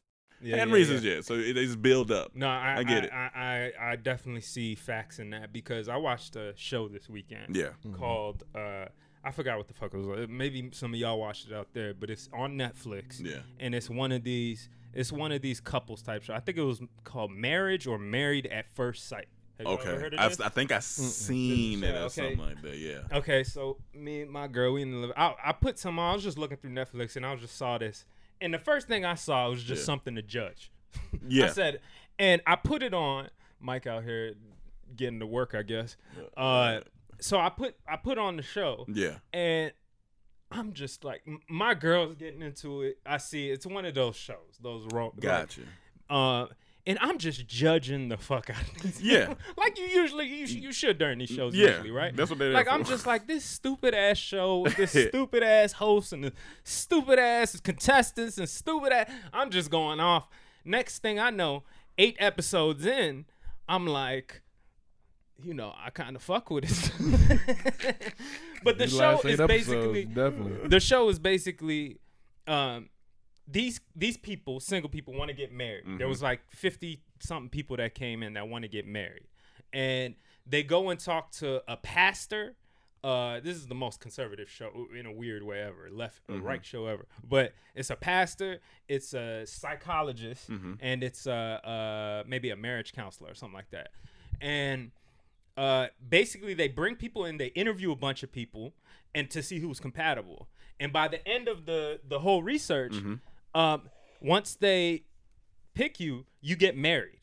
[SPEAKER 2] Yeah,
[SPEAKER 1] and
[SPEAKER 2] yeah,
[SPEAKER 1] reasons,
[SPEAKER 2] yeah.
[SPEAKER 1] yeah. So it is build up.
[SPEAKER 2] No, I,
[SPEAKER 1] I get it.
[SPEAKER 2] I, I, I definitely see facts in that because I watched a show this weekend.
[SPEAKER 1] Yeah.
[SPEAKER 2] Called uh, I forgot what the fuck it was. Like. Maybe some of y'all watched it out there, but it's on Netflix.
[SPEAKER 1] Yeah.
[SPEAKER 2] And it's one of these. It's one of these couples type show. I think it was called Marriage or Married at First Sight. Have y'all ever
[SPEAKER 1] okay.
[SPEAKER 2] heard of
[SPEAKER 1] I've,
[SPEAKER 2] this?
[SPEAKER 1] I think I seen it or
[SPEAKER 2] Okay.
[SPEAKER 1] something like that. Yeah.
[SPEAKER 2] Okay, so me and my girl, we in the living. I, I put some on. I was just looking through Netflix, and I just saw this. And the first thing I saw was just
[SPEAKER 1] Yeah.
[SPEAKER 2] something to judge.
[SPEAKER 1] Yeah.
[SPEAKER 2] I said, and I put it on. Mike out here getting to work, I guess. Uh, so I put I put on the show,
[SPEAKER 1] Yeah.
[SPEAKER 2] and I'm just like, m- my girl's getting into it. I see it's one of those shows, those ro- like,
[SPEAKER 1] Gotcha.
[SPEAKER 2] uh, and I'm just judging the fuck out of these.
[SPEAKER 1] Yeah.
[SPEAKER 2] people. like you usually you, sh- you should during these shows
[SPEAKER 1] Yeah,
[SPEAKER 2] usually, right?
[SPEAKER 1] that's what they're there
[SPEAKER 2] Like I'm
[SPEAKER 1] for.
[SPEAKER 2] just like this stupid ass show with this stupid ass host and the stupid ass contestants and stupid ass I'm just going off. Next thing I know, eight episodes in, I'm like you know, I kind of fuck with it. but the
[SPEAKER 3] These
[SPEAKER 2] show
[SPEAKER 3] last eight
[SPEAKER 2] is
[SPEAKER 3] episodes,
[SPEAKER 2] basically
[SPEAKER 3] definitely.
[SPEAKER 2] the show is basically um these these people single people want to get married there was like 50 something people that came in that want to get married and they go and talk to a pastor uh this is the most conservative show uh, in a weird way ever left or right show ever but it's a pastor it's a psychologist and it's a, uh maybe a marriage counselor or something like that and uh, basically they bring people in, they interview a bunch of people, and to see who's compatible. And by the end of the the whole research,
[SPEAKER 1] Mm-hmm.
[SPEAKER 2] um, once they pick you, you get married.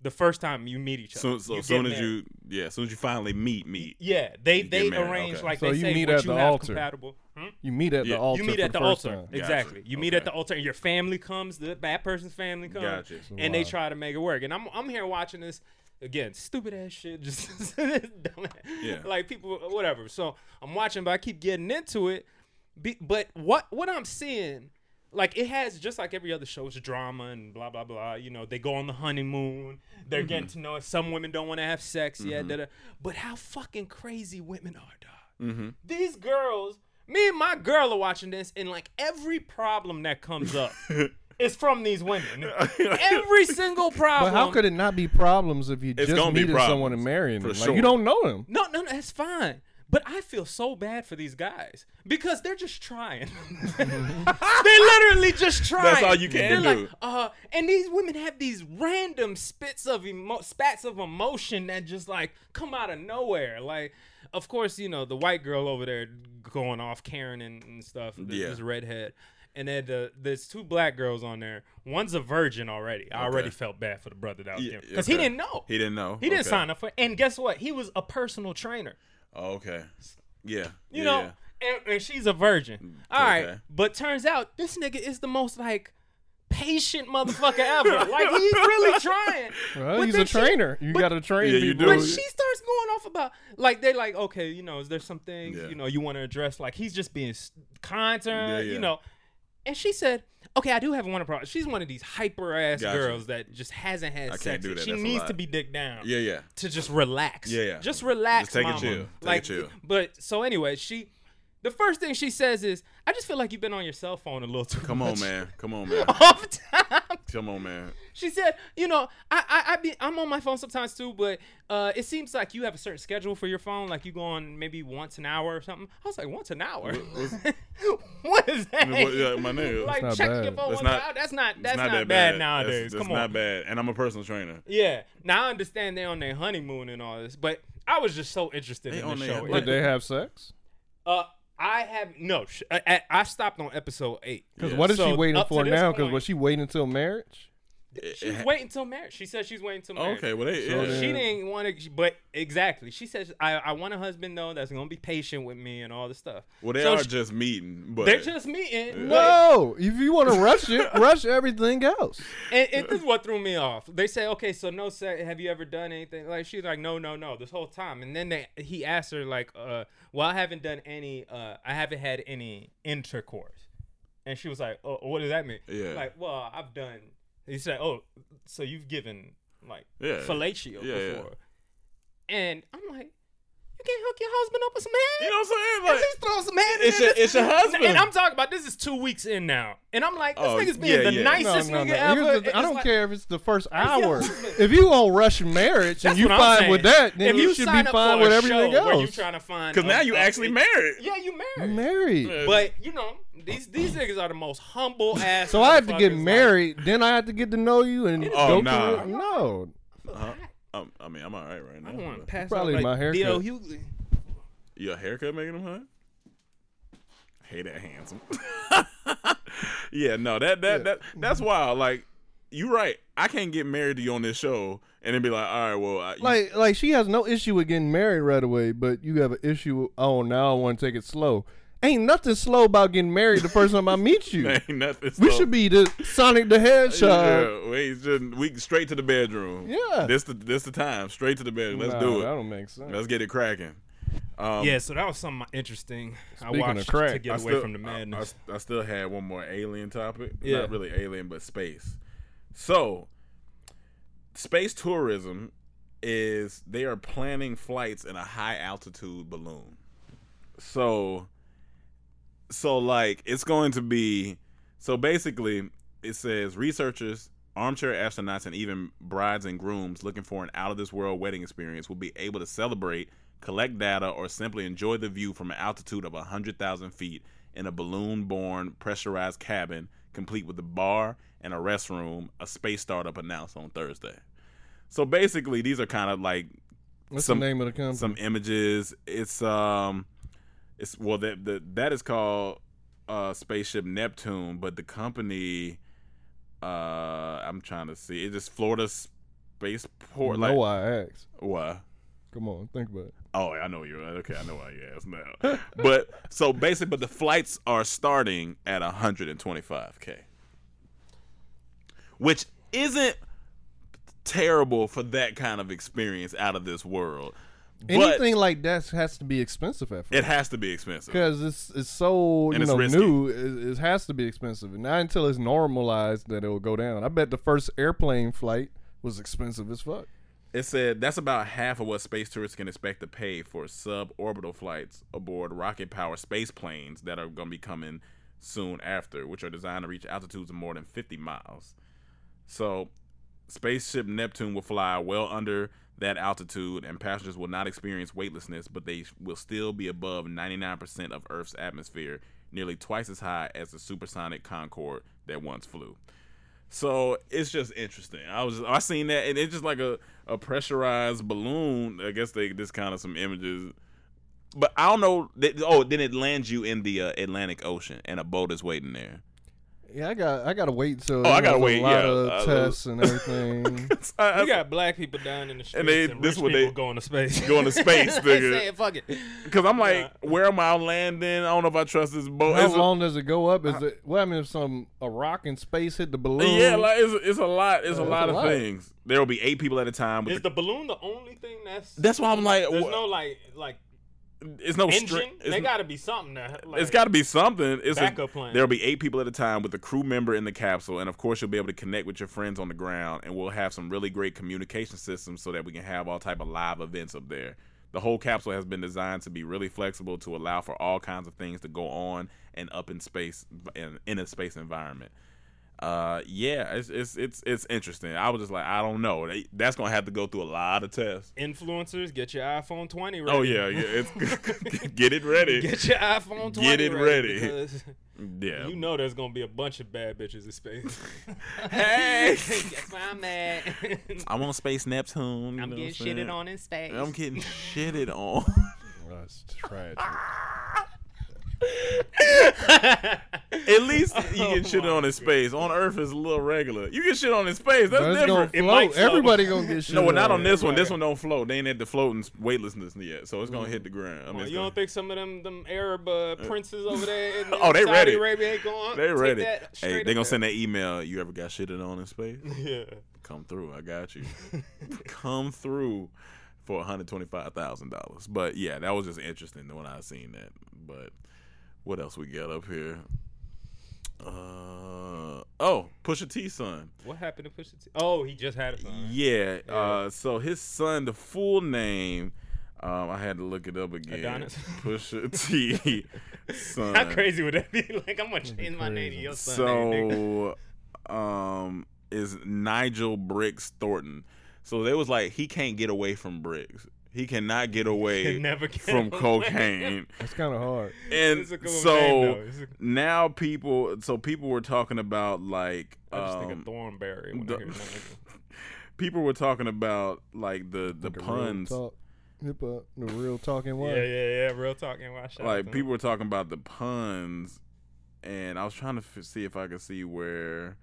[SPEAKER 2] The first time you meet each
[SPEAKER 1] So,
[SPEAKER 2] other,
[SPEAKER 1] so
[SPEAKER 2] You
[SPEAKER 1] as soon
[SPEAKER 2] get
[SPEAKER 1] as
[SPEAKER 2] married.
[SPEAKER 1] you, yeah, as soon as you finally meet, meet.
[SPEAKER 2] yeah, they
[SPEAKER 1] you get
[SPEAKER 2] they
[SPEAKER 1] married,
[SPEAKER 2] arrange
[SPEAKER 1] okay.
[SPEAKER 2] like
[SPEAKER 3] So
[SPEAKER 2] they
[SPEAKER 3] you
[SPEAKER 2] say
[SPEAKER 3] meet
[SPEAKER 2] what
[SPEAKER 3] at
[SPEAKER 2] you
[SPEAKER 3] the
[SPEAKER 2] have
[SPEAKER 3] altar.
[SPEAKER 2] compatible. Hmm?
[SPEAKER 3] You meet at
[SPEAKER 1] Yeah.
[SPEAKER 3] the altar
[SPEAKER 2] you meet
[SPEAKER 3] for
[SPEAKER 2] at the,
[SPEAKER 3] the first
[SPEAKER 2] altar.
[SPEAKER 3] time.
[SPEAKER 2] Exactly. You meet at
[SPEAKER 1] Okay.
[SPEAKER 2] the altar, and your family comes. The bad person's family comes,
[SPEAKER 1] Gotcha.
[SPEAKER 2] and they
[SPEAKER 3] Wow.
[SPEAKER 2] try to make it work. And I'm I'm here watching this again. Stupid ass shit. Just dumb ass.
[SPEAKER 1] Yeah.
[SPEAKER 2] like people, whatever. So I'm watching, but I keep getting into it. Be, but what what I'm seeing, like it has just like every other show, it's drama and blah blah blah. You know, they go on the honeymoon. They're
[SPEAKER 3] Mm-hmm.
[SPEAKER 2] getting to know it. Some women don't want to have sex yet. da-da. But how fucking crazy women are, dog
[SPEAKER 3] Mm-hmm.
[SPEAKER 2] these girls, me and my girl are watching this, and like every problem that comes up is from these women. Every single
[SPEAKER 3] But
[SPEAKER 2] problem.
[SPEAKER 3] how could it not be problems if you
[SPEAKER 1] It's
[SPEAKER 3] just
[SPEAKER 1] gonna be
[SPEAKER 3] meeted
[SPEAKER 1] problems,
[SPEAKER 3] someone and marrying
[SPEAKER 1] for
[SPEAKER 3] them?
[SPEAKER 1] sure.
[SPEAKER 3] Like you don't know them.
[SPEAKER 2] No, no, no, that's fine. But I feel so bad for these guys because they're just trying. they literally just trying.
[SPEAKER 1] all you can
[SPEAKER 2] They're
[SPEAKER 1] do.
[SPEAKER 2] Like, uh, and these women have these random spits of emo- spats of emotion that just like come out of nowhere. Like, of course, you know the white girl over there going off Karen and, and stuff. th-
[SPEAKER 1] Yeah.
[SPEAKER 2] This redhead. And then the, there's two black girls on there. One's a virgin already. I already felt bad for the brother that was
[SPEAKER 1] Yeah,
[SPEAKER 2] because he
[SPEAKER 1] okay.
[SPEAKER 2] didn't know.
[SPEAKER 1] He didn't know.
[SPEAKER 2] He didn't
[SPEAKER 1] Okay.
[SPEAKER 2] sign up for. And guess what? He was a personal trainer.
[SPEAKER 1] Oh, okay. Yeah. yeah,
[SPEAKER 2] You know, and, and she's a virgin. All right,
[SPEAKER 1] okay.
[SPEAKER 2] but turns out this nigga is the most like patient motherfucker ever. like he's really trying.
[SPEAKER 3] Well,
[SPEAKER 2] But
[SPEAKER 3] he's
[SPEAKER 2] then
[SPEAKER 3] a
[SPEAKER 2] she-
[SPEAKER 3] trainer. you
[SPEAKER 2] but-
[SPEAKER 3] got to train
[SPEAKER 1] Yeah,
[SPEAKER 3] people.
[SPEAKER 1] you do.
[SPEAKER 2] But she starts going off about like they like okay, you know, is there some things
[SPEAKER 1] Yeah.
[SPEAKER 2] you know you want to address? Like he's just being s- kind to her,
[SPEAKER 1] Yeah,
[SPEAKER 2] you
[SPEAKER 1] yeah.
[SPEAKER 2] know. And she said, "Okay, I do have one problem. She's one of these hyper ass
[SPEAKER 1] Gotcha.
[SPEAKER 2] girls that just hasn't had
[SPEAKER 1] I
[SPEAKER 2] sex.
[SPEAKER 1] can't do
[SPEAKER 2] yet.
[SPEAKER 1] that.
[SPEAKER 2] She
[SPEAKER 1] That's a
[SPEAKER 2] needs
[SPEAKER 1] lot.
[SPEAKER 2] to be dicked down.
[SPEAKER 1] Yeah, yeah.
[SPEAKER 2] to just relax.
[SPEAKER 1] Yeah, yeah.
[SPEAKER 2] Just relax.
[SPEAKER 1] Just take a
[SPEAKER 2] mama.
[SPEAKER 1] chill. Take a
[SPEAKER 2] like,
[SPEAKER 1] chill.
[SPEAKER 2] But so anyway, she. The first thing she says is, "I just feel like you've been on your cell phone a little too
[SPEAKER 1] Come on,
[SPEAKER 2] much."
[SPEAKER 1] man. Come on, man.
[SPEAKER 2] Off time.
[SPEAKER 1] Come on, man.
[SPEAKER 2] She said, "You know, I, I I be I'm on my phone sometimes too, but uh, it seems like you have a certain schedule for your phone. Like you go on maybe once an hour or something." I was like, "Once an hour? what is that?
[SPEAKER 1] What- yeah, my nigga.
[SPEAKER 2] like
[SPEAKER 3] That's not
[SPEAKER 2] check
[SPEAKER 3] bad.
[SPEAKER 2] your phone
[SPEAKER 1] That's
[SPEAKER 2] once an
[SPEAKER 1] not-
[SPEAKER 2] hour? That's not
[SPEAKER 1] It's
[SPEAKER 2] that's not,
[SPEAKER 1] that
[SPEAKER 2] bad, nowadays.
[SPEAKER 1] That's, that's
[SPEAKER 2] Come on,
[SPEAKER 1] not bad. And I'm a personal trainer.
[SPEAKER 2] yeah. Now I understand they're on their honeymoon and all this, but I was just so interested
[SPEAKER 1] They
[SPEAKER 2] in
[SPEAKER 1] on
[SPEAKER 2] the
[SPEAKER 1] their-
[SPEAKER 2] show.
[SPEAKER 1] But
[SPEAKER 3] Did
[SPEAKER 2] It-
[SPEAKER 3] they have sex?
[SPEAKER 2] uh, I have no. sh- I, I- I stopped on episode eight.
[SPEAKER 3] Because what is
[SPEAKER 2] So
[SPEAKER 3] she waiting
[SPEAKER 2] up to
[SPEAKER 3] for
[SPEAKER 2] this
[SPEAKER 3] now? Because
[SPEAKER 2] point,
[SPEAKER 3] was she waiting until marriage?
[SPEAKER 2] she's waiting till marriage. She said she's waiting till marriage.
[SPEAKER 1] Okay, well they
[SPEAKER 3] So
[SPEAKER 1] yeah.
[SPEAKER 3] then-
[SPEAKER 2] She didn't want to, but exactly. She says, "I, I want a husband though that's gonna be patient with me and all this stuff."
[SPEAKER 1] well they
[SPEAKER 2] So
[SPEAKER 1] are
[SPEAKER 2] she-
[SPEAKER 1] just meeting, but
[SPEAKER 2] they're just meeting. Like,
[SPEAKER 3] No, if you want to rush it, rush everything else.
[SPEAKER 2] and, and this is what threw me off. They say, okay, so no sex. Have you ever done anything? Like she's like, no, no, no, this whole time. And then they, he asked her like, uh, well, I haven't done any. Uh, I haven't had any intercourse. And she was like, oh, what does that mean?
[SPEAKER 1] Yeah.
[SPEAKER 2] Like, well, I've done. He said, oh, so you've given like
[SPEAKER 1] Yeah.
[SPEAKER 2] fellatio
[SPEAKER 1] Yeah, yeah.
[SPEAKER 2] before. And I'm like, you can't hook your husband up with some man.
[SPEAKER 1] you know what I'm saying?
[SPEAKER 2] Let's
[SPEAKER 1] Like,
[SPEAKER 2] just throw some hand
[SPEAKER 1] It's
[SPEAKER 2] in
[SPEAKER 1] your-
[SPEAKER 2] this-
[SPEAKER 1] it's your husband.
[SPEAKER 2] And I'm talking about this is two weeks in now, and I'm like, this
[SPEAKER 1] Oh,
[SPEAKER 2] nigga's being
[SPEAKER 1] yeah,
[SPEAKER 2] the
[SPEAKER 1] yeah.
[SPEAKER 2] nicest nigga
[SPEAKER 3] Here's
[SPEAKER 2] ever.
[SPEAKER 3] the thing, I
[SPEAKER 2] It's
[SPEAKER 3] don't
[SPEAKER 2] like-
[SPEAKER 3] care if it's the first
[SPEAKER 2] That's your
[SPEAKER 3] hour.
[SPEAKER 2] husband.
[SPEAKER 3] If you on rush marriage and
[SPEAKER 2] That's
[SPEAKER 3] you
[SPEAKER 2] what I'm
[SPEAKER 3] fine
[SPEAKER 2] saying.
[SPEAKER 3] with that, then
[SPEAKER 2] if
[SPEAKER 3] you, should be
[SPEAKER 2] sign up
[SPEAKER 3] fine
[SPEAKER 2] for a
[SPEAKER 3] with everything
[SPEAKER 2] show where You
[SPEAKER 3] else.
[SPEAKER 2] trying to find?
[SPEAKER 1] Because
[SPEAKER 2] a-
[SPEAKER 1] now you
[SPEAKER 2] a-
[SPEAKER 1] actually married.
[SPEAKER 2] Yeah, you married.
[SPEAKER 3] You married.
[SPEAKER 2] But you know, these these niggas are the most humble ass.
[SPEAKER 3] So I have to
[SPEAKER 2] motherfuckers,
[SPEAKER 3] get
[SPEAKER 2] like-
[SPEAKER 3] married, then I have to get to know you and
[SPEAKER 1] Oh,
[SPEAKER 3] go
[SPEAKER 1] nah.
[SPEAKER 3] through it. No.
[SPEAKER 1] Uh-huh. Um, I mean, I'm all right right now.
[SPEAKER 2] I don't want to
[SPEAKER 1] but-
[SPEAKER 2] pass
[SPEAKER 3] Probably
[SPEAKER 2] out, like,
[SPEAKER 3] my
[SPEAKER 2] D.O.
[SPEAKER 3] haircut.
[SPEAKER 2] Hughley.
[SPEAKER 1] Your haircut making him hot? Hey, that handsome. yeah, no, that that that that's wild. Like, you right. I can't get married to you on this show and then be like, all right, well, I, you-
[SPEAKER 3] Like like she has no issue with getting married right away, but you have an issue with, oh now I want to take it slow. Ain't nothing slow about getting married the first time I meet you.
[SPEAKER 1] ain't nothing.
[SPEAKER 3] We
[SPEAKER 1] so-
[SPEAKER 3] should be the Sonic the Hedgehog.
[SPEAKER 1] Yeah, we should we straight to the bedroom.
[SPEAKER 3] Yeah.
[SPEAKER 1] this the this the time. Straight to the bedroom. Let's
[SPEAKER 3] Nah,
[SPEAKER 1] do it.
[SPEAKER 3] That don't make sense.
[SPEAKER 1] Let's get it cracking. Um,
[SPEAKER 2] Yeah, so that was something interesting.
[SPEAKER 3] Speaking
[SPEAKER 2] I
[SPEAKER 3] of
[SPEAKER 2] watched
[SPEAKER 3] crack,
[SPEAKER 2] to get
[SPEAKER 1] I
[SPEAKER 2] away
[SPEAKER 1] still-
[SPEAKER 2] from the
[SPEAKER 1] I- I
[SPEAKER 2] madness.
[SPEAKER 1] s- I, still had one more alien topic.
[SPEAKER 2] Yeah.
[SPEAKER 1] Not really alien, but space. So, space tourism is they are planning flights in a high altitude balloon. So, so like it's going to be. So basically, it says researchers, armchair astronauts, and even brides and grooms looking for an out of this world wedding experience will be able to celebrate, collect data, or simply enjoy the view from an altitude of 100,000 feet in a balloon borne pressurized cabin, complete with a bar and a restroom, a space startup announced on Thursday. So basically, these are kind of like
[SPEAKER 3] What's
[SPEAKER 1] some-
[SPEAKER 3] the name of the company?
[SPEAKER 1] some images. It's um, it's well that that that is called uh spaceship Neptune, but the company, uh, I'm trying to see. It's just Florida spaceport. Like
[SPEAKER 3] no, I asked.
[SPEAKER 1] what?
[SPEAKER 3] Come on, think about it.
[SPEAKER 1] Oh, I know you're okay. I know why you asked now. but so basically, but the flights are starting at 125k, which isn't terrible for that kind of experience out of this world. But-
[SPEAKER 3] Anything like that has to be expensive at
[SPEAKER 1] It
[SPEAKER 3] first.
[SPEAKER 1] has to be expensive.
[SPEAKER 3] Because it's, it's so
[SPEAKER 1] And
[SPEAKER 3] you
[SPEAKER 1] it's
[SPEAKER 3] know
[SPEAKER 1] risky.
[SPEAKER 3] new, it, it has to be expensive. And not until it's normalized that it will go down. I bet the first airplane flight was expensive as fuck.
[SPEAKER 1] It said that's about half of what space tourists can expect to pay for suborbital flights aboard rocket powered space planes that are going to be coming soon after, which are designed to reach altitudes of more than 50 miles. So, spaceship Neptune will fly well under that altitude, and passengers will not experience weightlessness, but they will still be above 99% of Earth's atmosphere, nearly twice as high as the supersonic Concorde that once flew. So it's just interesting. I was I seen that and it's just like a, a pressurized balloon. I guess they just kind of some images, but I don't know. They, oh, then it lands you in the uh, Atlantic Ocean and a boat is waiting there.
[SPEAKER 3] Yeah, I got I gotta wait till
[SPEAKER 1] Oh, I
[SPEAKER 3] you know,
[SPEAKER 1] gotta
[SPEAKER 3] there's
[SPEAKER 1] wait,
[SPEAKER 3] a lot
[SPEAKER 1] yeah.
[SPEAKER 3] of
[SPEAKER 1] Uh,
[SPEAKER 3] tests and everything.
[SPEAKER 1] I- I-
[SPEAKER 2] We got black people down in the streets,
[SPEAKER 1] And
[SPEAKER 2] and,
[SPEAKER 1] they-
[SPEAKER 2] rich
[SPEAKER 1] this what they-
[SPEAKER 2] people going to space.
[SPEAKER 1] going to space,
[SPEAKER 2] They
[SPEAKER 1] nigga.
[SPEAKER 2] saying, fuck it.
[SPEAKER 1] Cause I'm like, where am I landing? I don't know if I trust this boat.
[SPEAKER 3] How
[SPEAKER 1] It's a-
[SPEAKER 3] long does it go up? Is it what I mean if some a rock in space hit the balloon?
[SPEAKER 1] yeah, like it's, it's a lot. It's a
[SPEAKER 3] it's
[SPEAKER 1] lot
[SPEAKER 3] a
[SPEAKER 1] of
[SPEAKER 3] lot.
[SPEAKER 1] things. There will be eight people at a time. With
[SPEAKER 2] Is the balloon the only thing that's?
[SPEAKER 1] that's why I'm like,
[SPEAKER 2] there's
[SPEAKER 1] wha-
[SPEAKER 2] no like like
[SPEAKER 1] it's no
[SPEAKER 2] engine.
[SPEAKER 1] string. It's,
[SPEAKER 2] they gotta be something that. Like,
[SPEAKER 1] it's got to be something. It's a-
[SPEAKER 2] Backup plan.
[SPEAKER 1] There'll be eight people at a time with a crew member in the capsule, and of course you'll be able to connect with your friends on the ground, and we'll have some really great communication systems so that we can have all type of live events up there. The whole capsule has been designed to be really flexible to allow for all kinds of things to go on and up in space in, in a space environment. Uh, yeah, it's it's it's it's interesting. I was just like, I don't know. They- That's gonna have to go through a lot of tests.
[SPEAKER 2] influencers. Get your iPhone 20 ready.
[SPEAKER 1] Oh yeah, yeah. It's get it ready.
[SPEAKER 2] Get your iPhone 20.
[SPEAKER 1] Get it ready.
[SPEAKER 2] because
[SPEAKER 1] yeah.
[SPEAKER 2] You know there's gonna be a bunch of bad bitches in space.
[SPEAKER 1] Hey.
[SPEAKER 2] That's why I'm mad.
[SPEAKER 1] I'm on Space Neptune. you
[SPEAKER 2] I'm
[SPEAKER 1] know what I'm
[SPEAKER 2] getting
[SPEAKER 1] saying?
[SPEAKER 2] shitted on in space.
[SPEAKER 3] Oh,
[SPEAKER 1] I'm getting shitted on.
[SPEAKER 3] That's tragic.
[SPEAKER 1] At least you
[SPEAKER 2] Oh
[SPEAKER 1] can shit on in space. On Earth is a little regular. You can shit on in space. That's
[SPEAKER 3] It's gonna
[SPEAKER 1] different.
[SPEAKER 2] It might
[SPEAKER 3] float.
[SPEAKER 2] float.
[SPEAKER 3] Everybody gonna get shit.
[SPEAKER 1] no, well, not
[SPEAKER 3] on
[SPEAKER 1] on this one. This one don't float. They ain't at the floating weightlessness yet, so it's gonna hit the ground. I mean, it's
[SPEAKER 2] Mm-hmm. you
[SPEAKER 1] gonna-
[SPEAKER 2] don't think some of them them Arab uh, princes over there? In
[SPEAKER 1] Oh, they
[SPEAKER 2] Saudi
[SPEAKER 1] ready.
[SPEAKER 2] Arabia ain't going.
[SPEAKER 1] they ready.
[SPEAKER 2] That
[SPEAKER 1] Hey,
[SPEAKER 2] straight
[SPEAKER 1] they
[SPEAKER 2] up
[SPEAKER 1] gonna
[SPEAKER 2] there.
[SPEAKER 1] send that email. You ever got shitted on in space?
[SPEAKER 2] Yeah.
[SPEAKER 1] Come through. I got you. Come through for one hundred twenty-five thousand dollars. But yeah, that was just interesting when I seen that. But what else we got up here? Uh oh, Pusha T son.
[SPEAKER 2] What happened to Pusha T? Oh, he just had a son. right?
[SPEAKER 1] Yeah. Uh, so his son, the full name, um, I had to look it up again.
[SPEAKER 2] Adonis.
[SPEAKER 1] Pusha T. son.
[SPEAKER 2] How crazy would that be? Like I'm gonna change my name to your son. name,
[SPEAKER 1] So, um, is Nigel Briggs Thornton. So they was like, he can't get away from Briggs. He cannot get away
[SPEAKER 2] Can never get
[SPEAKER 1] from
[SPEAKER 2] away.
[SPEAKER 1] cocaine.
[SPEAKER 3] It's kind of hard.
[SPEAKER 1] And
[SPEAKER 2] It's a cool
[SPEAKER 1] so
[SPEAKER 2] name, though. It's a-
[SPEAKER 1] now people, so people were talking about like,
[SPEAKER 2] nigga. I just think
[SPEAKER 1] um,
[SPEAKER 2] of Thornberry when
[SPEAKER 1] the-
[SPEAKER 2] I hear that nigga.
[SPEAKER 1] people were talking about like the the
[SPEAKER 3] The real
[SPEAKER 1] puns.
[SPEAKER 3] talk, hip hop, the real talking
[SPEAKER 2] Yeah,
[SPEAKER 3] what?
[SPEAKER 2] yeah, yeah. Real talking. Why shout out to
[SPEAKER 1] like
[SPEAKER 2] him.
[SPEAKER 1] people were talking about the puns, and I was trying to f- see if I could see where.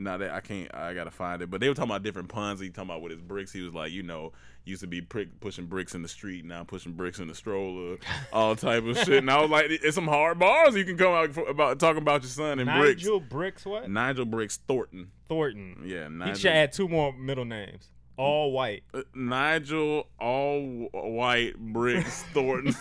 [SPEAKER 1] Now that I can't, I gotta find it. But they were talking about different puns. He talking about with his bricks. He was like, you know, used to be prick, pushing bricks in the street. Now I'm pushing bricks in the stroller, all type of shit. And I was like, it's some hard bars you can come out for, about talking about your son and bricks.
[SPEAKER 2] Nigel Bricks. What?
[SPEAKER 1] Nigel Bricks Thornton.
[SPEAKER 2] Thornton.
[SPEAKER 1] Yeah,
[SPEAKER 2] He
[SPEAKER 1] Nigel.
[SPEAKER 2] should add two more middle names. All white.
[SPEAKER 1] uh, Nigel All White Bricks Thornton.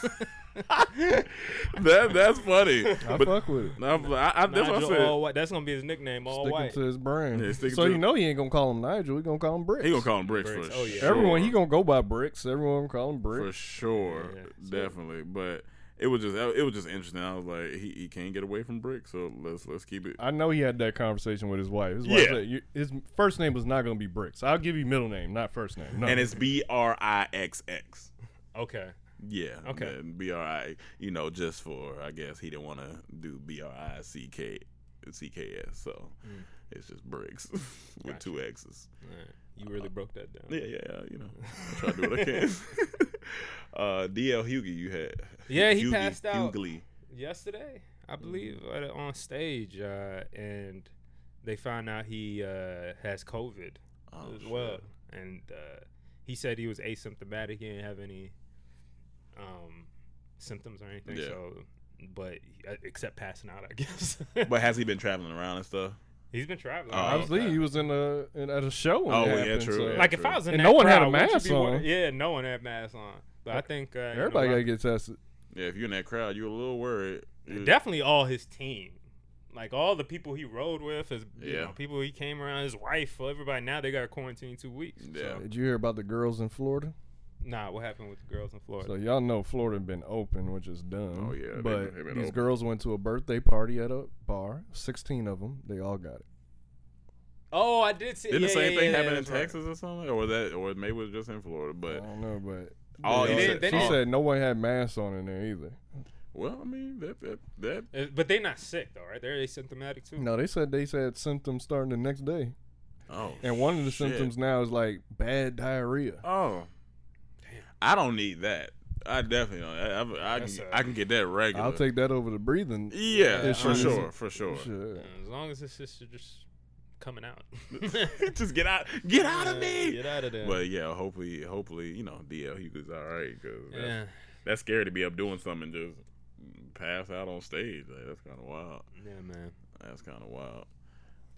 [SPEAKER 1] that that's funny.
[SPEAKER 3] I
[SPEAKER 1] But-
[SPEAKER 3] fuck with it.
[SPEAKER 1] I'm, I, I, that's what I
[SPEAKER 2] Nigel
[SPEAKER 1] said.
[SPEAKER 2] All White. That's gonna be his nickname. All
[SPEAKER 3] Sticking
[SPEAKER 2] white.
[SPEAKER 3] to his brand.
[SPEAKER 1] Yeah, sticking
[SPEAKER 3] so
[SPEAKER 1] to
[SPEAKER 3] you
[SPEAKER 1] it.
[SPEAKER 3] know he ain't gonna call him Nigel. He gonna call him Bricks.
[SPEAKER 1] he gonna call him bricks,
[SPEAKER 2] Bricks.
[SPEAKER 1] for
[SPEAKER 2] Oh, yeah.
[SPEAKER 1] sure.
[SPEAKER 3] Everyone, he gonna go by Bricks. Everyone gonna call him
[SPEAKER 1] for
[SPEAKER 3] Bricks.
[SPEAKER 1] sure,
[SPEAKER 2] Yeah, yeah.
[SPEAKER 1] definitely. But it was just it was just interesting. I was like, he, he can't get away from bricks, so let's let's keep it.
[SPEAKER 3] I know he had that conversation with his wife. His wife
[SPEAKER 1] Yeah.
[SPEAKER 3] said, "You- his first name was not gonna be Bricks. I'll give you middle name, not first name. No.
[SPEAKER 1] And it's B R I X X.
[SPEAKER 2] Okay.
[SPEAKER 1] Yeah.
[SPEAKER 2] Okay.
[SPEAKER 1] B R I. You know, just for I guess he didn't want to do B R I C K C K S. So
[SPEAKER 2] Mm.
[SPEAKER 1] it's just bricks with two X's.
[SPEAKER 2] Alright. You really broke that down.
[SPEAKER 1] Uh, Yeah, yeah, yeah. You know, I try to do what I can. uh, D L Hughley, you had.
[SPEAKER 2] Yeah, he passed out.
[SPEAKER 1] Hughley.
[SPEAKER 2] yesterday, I
[SPEAKER 1] Mm-hmm.
[SPEAKER 2] believe, uh, on stage, uh, and they found out he uh, has COVID
[SPEAKER 1] Oh,
[SPEAKER 2] as
[SPEAKER 1] shit.
[SPEAKER 2] well. And uh, he said he was asymptomatic. He didn't have any um, symptoms or anything.
[SPEAKER 1] Yeah.
[SPEAKER 2] So, but uh, except passing out, I guess.
[SPEAKER 1] But has he been traveling around and stuff?
[SPEAKER 2] he's been traveling.
[SPEAKER 1] Oh,
[SPEAKER 2] Like,
[SPEAKER 3] Obviously, he was in a in, at a show. When
[SPEAKER 1] Oh,
[SPEAKER 3] it
[SPEAKER 1] yeah,
[SPEAKER 3] happened,
[SPEAKER 1] true,
[SPEAKER 3] so-
[SPEAKER 1] yeah.
[SPEAKER 2] like if I was in
[SPEAKER 3] And
[SPEAKER 2] that
[SPEAKER 3] no one had a
[SPEAKER 2] crowd, wouldn't you
[SPEAKER 3] mask
[SPEAKER 2] be wondering-
[SPEAKER 3] on.
[SPEAKER 2] Yeah, no one had masks on. But I think uh, you know,
[SPEAKER 3] Everybody
[SPEAKER 2] a lot-
[SPEAKER 3] gotta get tested.
[SPEAKER 1] Yeah, if you're in that crowd, you're a little worried. You-
[SPEAKER 2] definitely all his team. Like all the people he rode with, his you
[SPEAKER 1] Yeah.
[SPEAKER 2] know, people he came around, his wife, everybody. Now they got quarantined two weeks.
[SPEAKER 1] Yeah.
[SPEAKER 3] Did you hear about the girls in Florida?
[SPEAKER 2] Nah, what happened with the girls in Florida?
[SPEAKER 3] So y'all know Florida been open, which is dumb.
[SPEAKER 1] Oh, yeah, they
[SPEAKER 3] but
[SPEAKER 1] been- they been
[SPEAKER 3] these
[SPEAKER 1] open.
[SPEAKER 3] girls went to a birthday party at a bar. Sixteen of them, they all got it.
[SPEAKER 2] oh, I did see.
[SPEAKER 1] Didn't
[SPEAKER 2] yeah,
[SPEAKER 1] the same
[SPEAKER 2] yeah,
[SPEAKER 1] thing
[SPEAKER 2] yeah,
[SPEAKER 1] happen in
[SPEAKER 2] that's right.
[SPEAKER 1] Texas or something, or that, or maybe it was just in Florida.
[SPEAKER 3] I
[SPEAKER 1] But
[SPEAKER 3] don't know, but
[SPEAKER 1] Oh, you
[SPEAKER 3] they all
[SPEAKER 1] didn't-
[SPEAKER 3] said-
[SPEAKER 2] they
[SPEAKER 3] she
[SPEAKER 2] didn't-
[SPEAKER 3] said no one had masks on in there either.
[SPEAKER 1] well, I mean that that that
[SPEAKER 2] Uh, But they're not sick though, right? They're asymptomatic too.
[SPEAKER 3] No, they said they said symptoms starting the next day,
[SPEAKER 1] oh
[SPEAKER 3] and one of the
[SPEAKER 1] shit.
[SPEAKER 3] symptoms now is like bad diarrhea.
[SPEAKER 1] Oh, I don't need that. I definitely don't. I, I, I,
[SPEAKER 2] That's
[SPEAKER 1] can,
[SPEAKER 2] a-
[SPEAKER 1] I can get that regular.
[SPEAKER 3] I'll take that over the breathing.
[SPEAKER 1] Yeah,
[SPEAKER 3] Yeah,
[SPEAKER 1] for
[SPEAKER 3] I'm-
[SPEAKER 1] sure, for sure.
[SPEAKER 3] Shit.
[SPEAKER 2] Uh, As long as his sister just coming out.
[SPEAKER 1] Just get out, get out of
[SPEAKER 2] Yeah,
[SPEAKER 1] me.
[SPEAKER 2] Get out of there.
[SPEAKER 1] But yeah, hopefully, hopefully, you know, DL Hughley's all right because that's,
[SPEAKER 2] yeah,
[SPEAKER 1] that's scary to be up doing something and just pass out on stage. Like, that's kind of wild.
[SPEAKER 2] yeah, man.
[SPEAKER 1] That's kind of wild.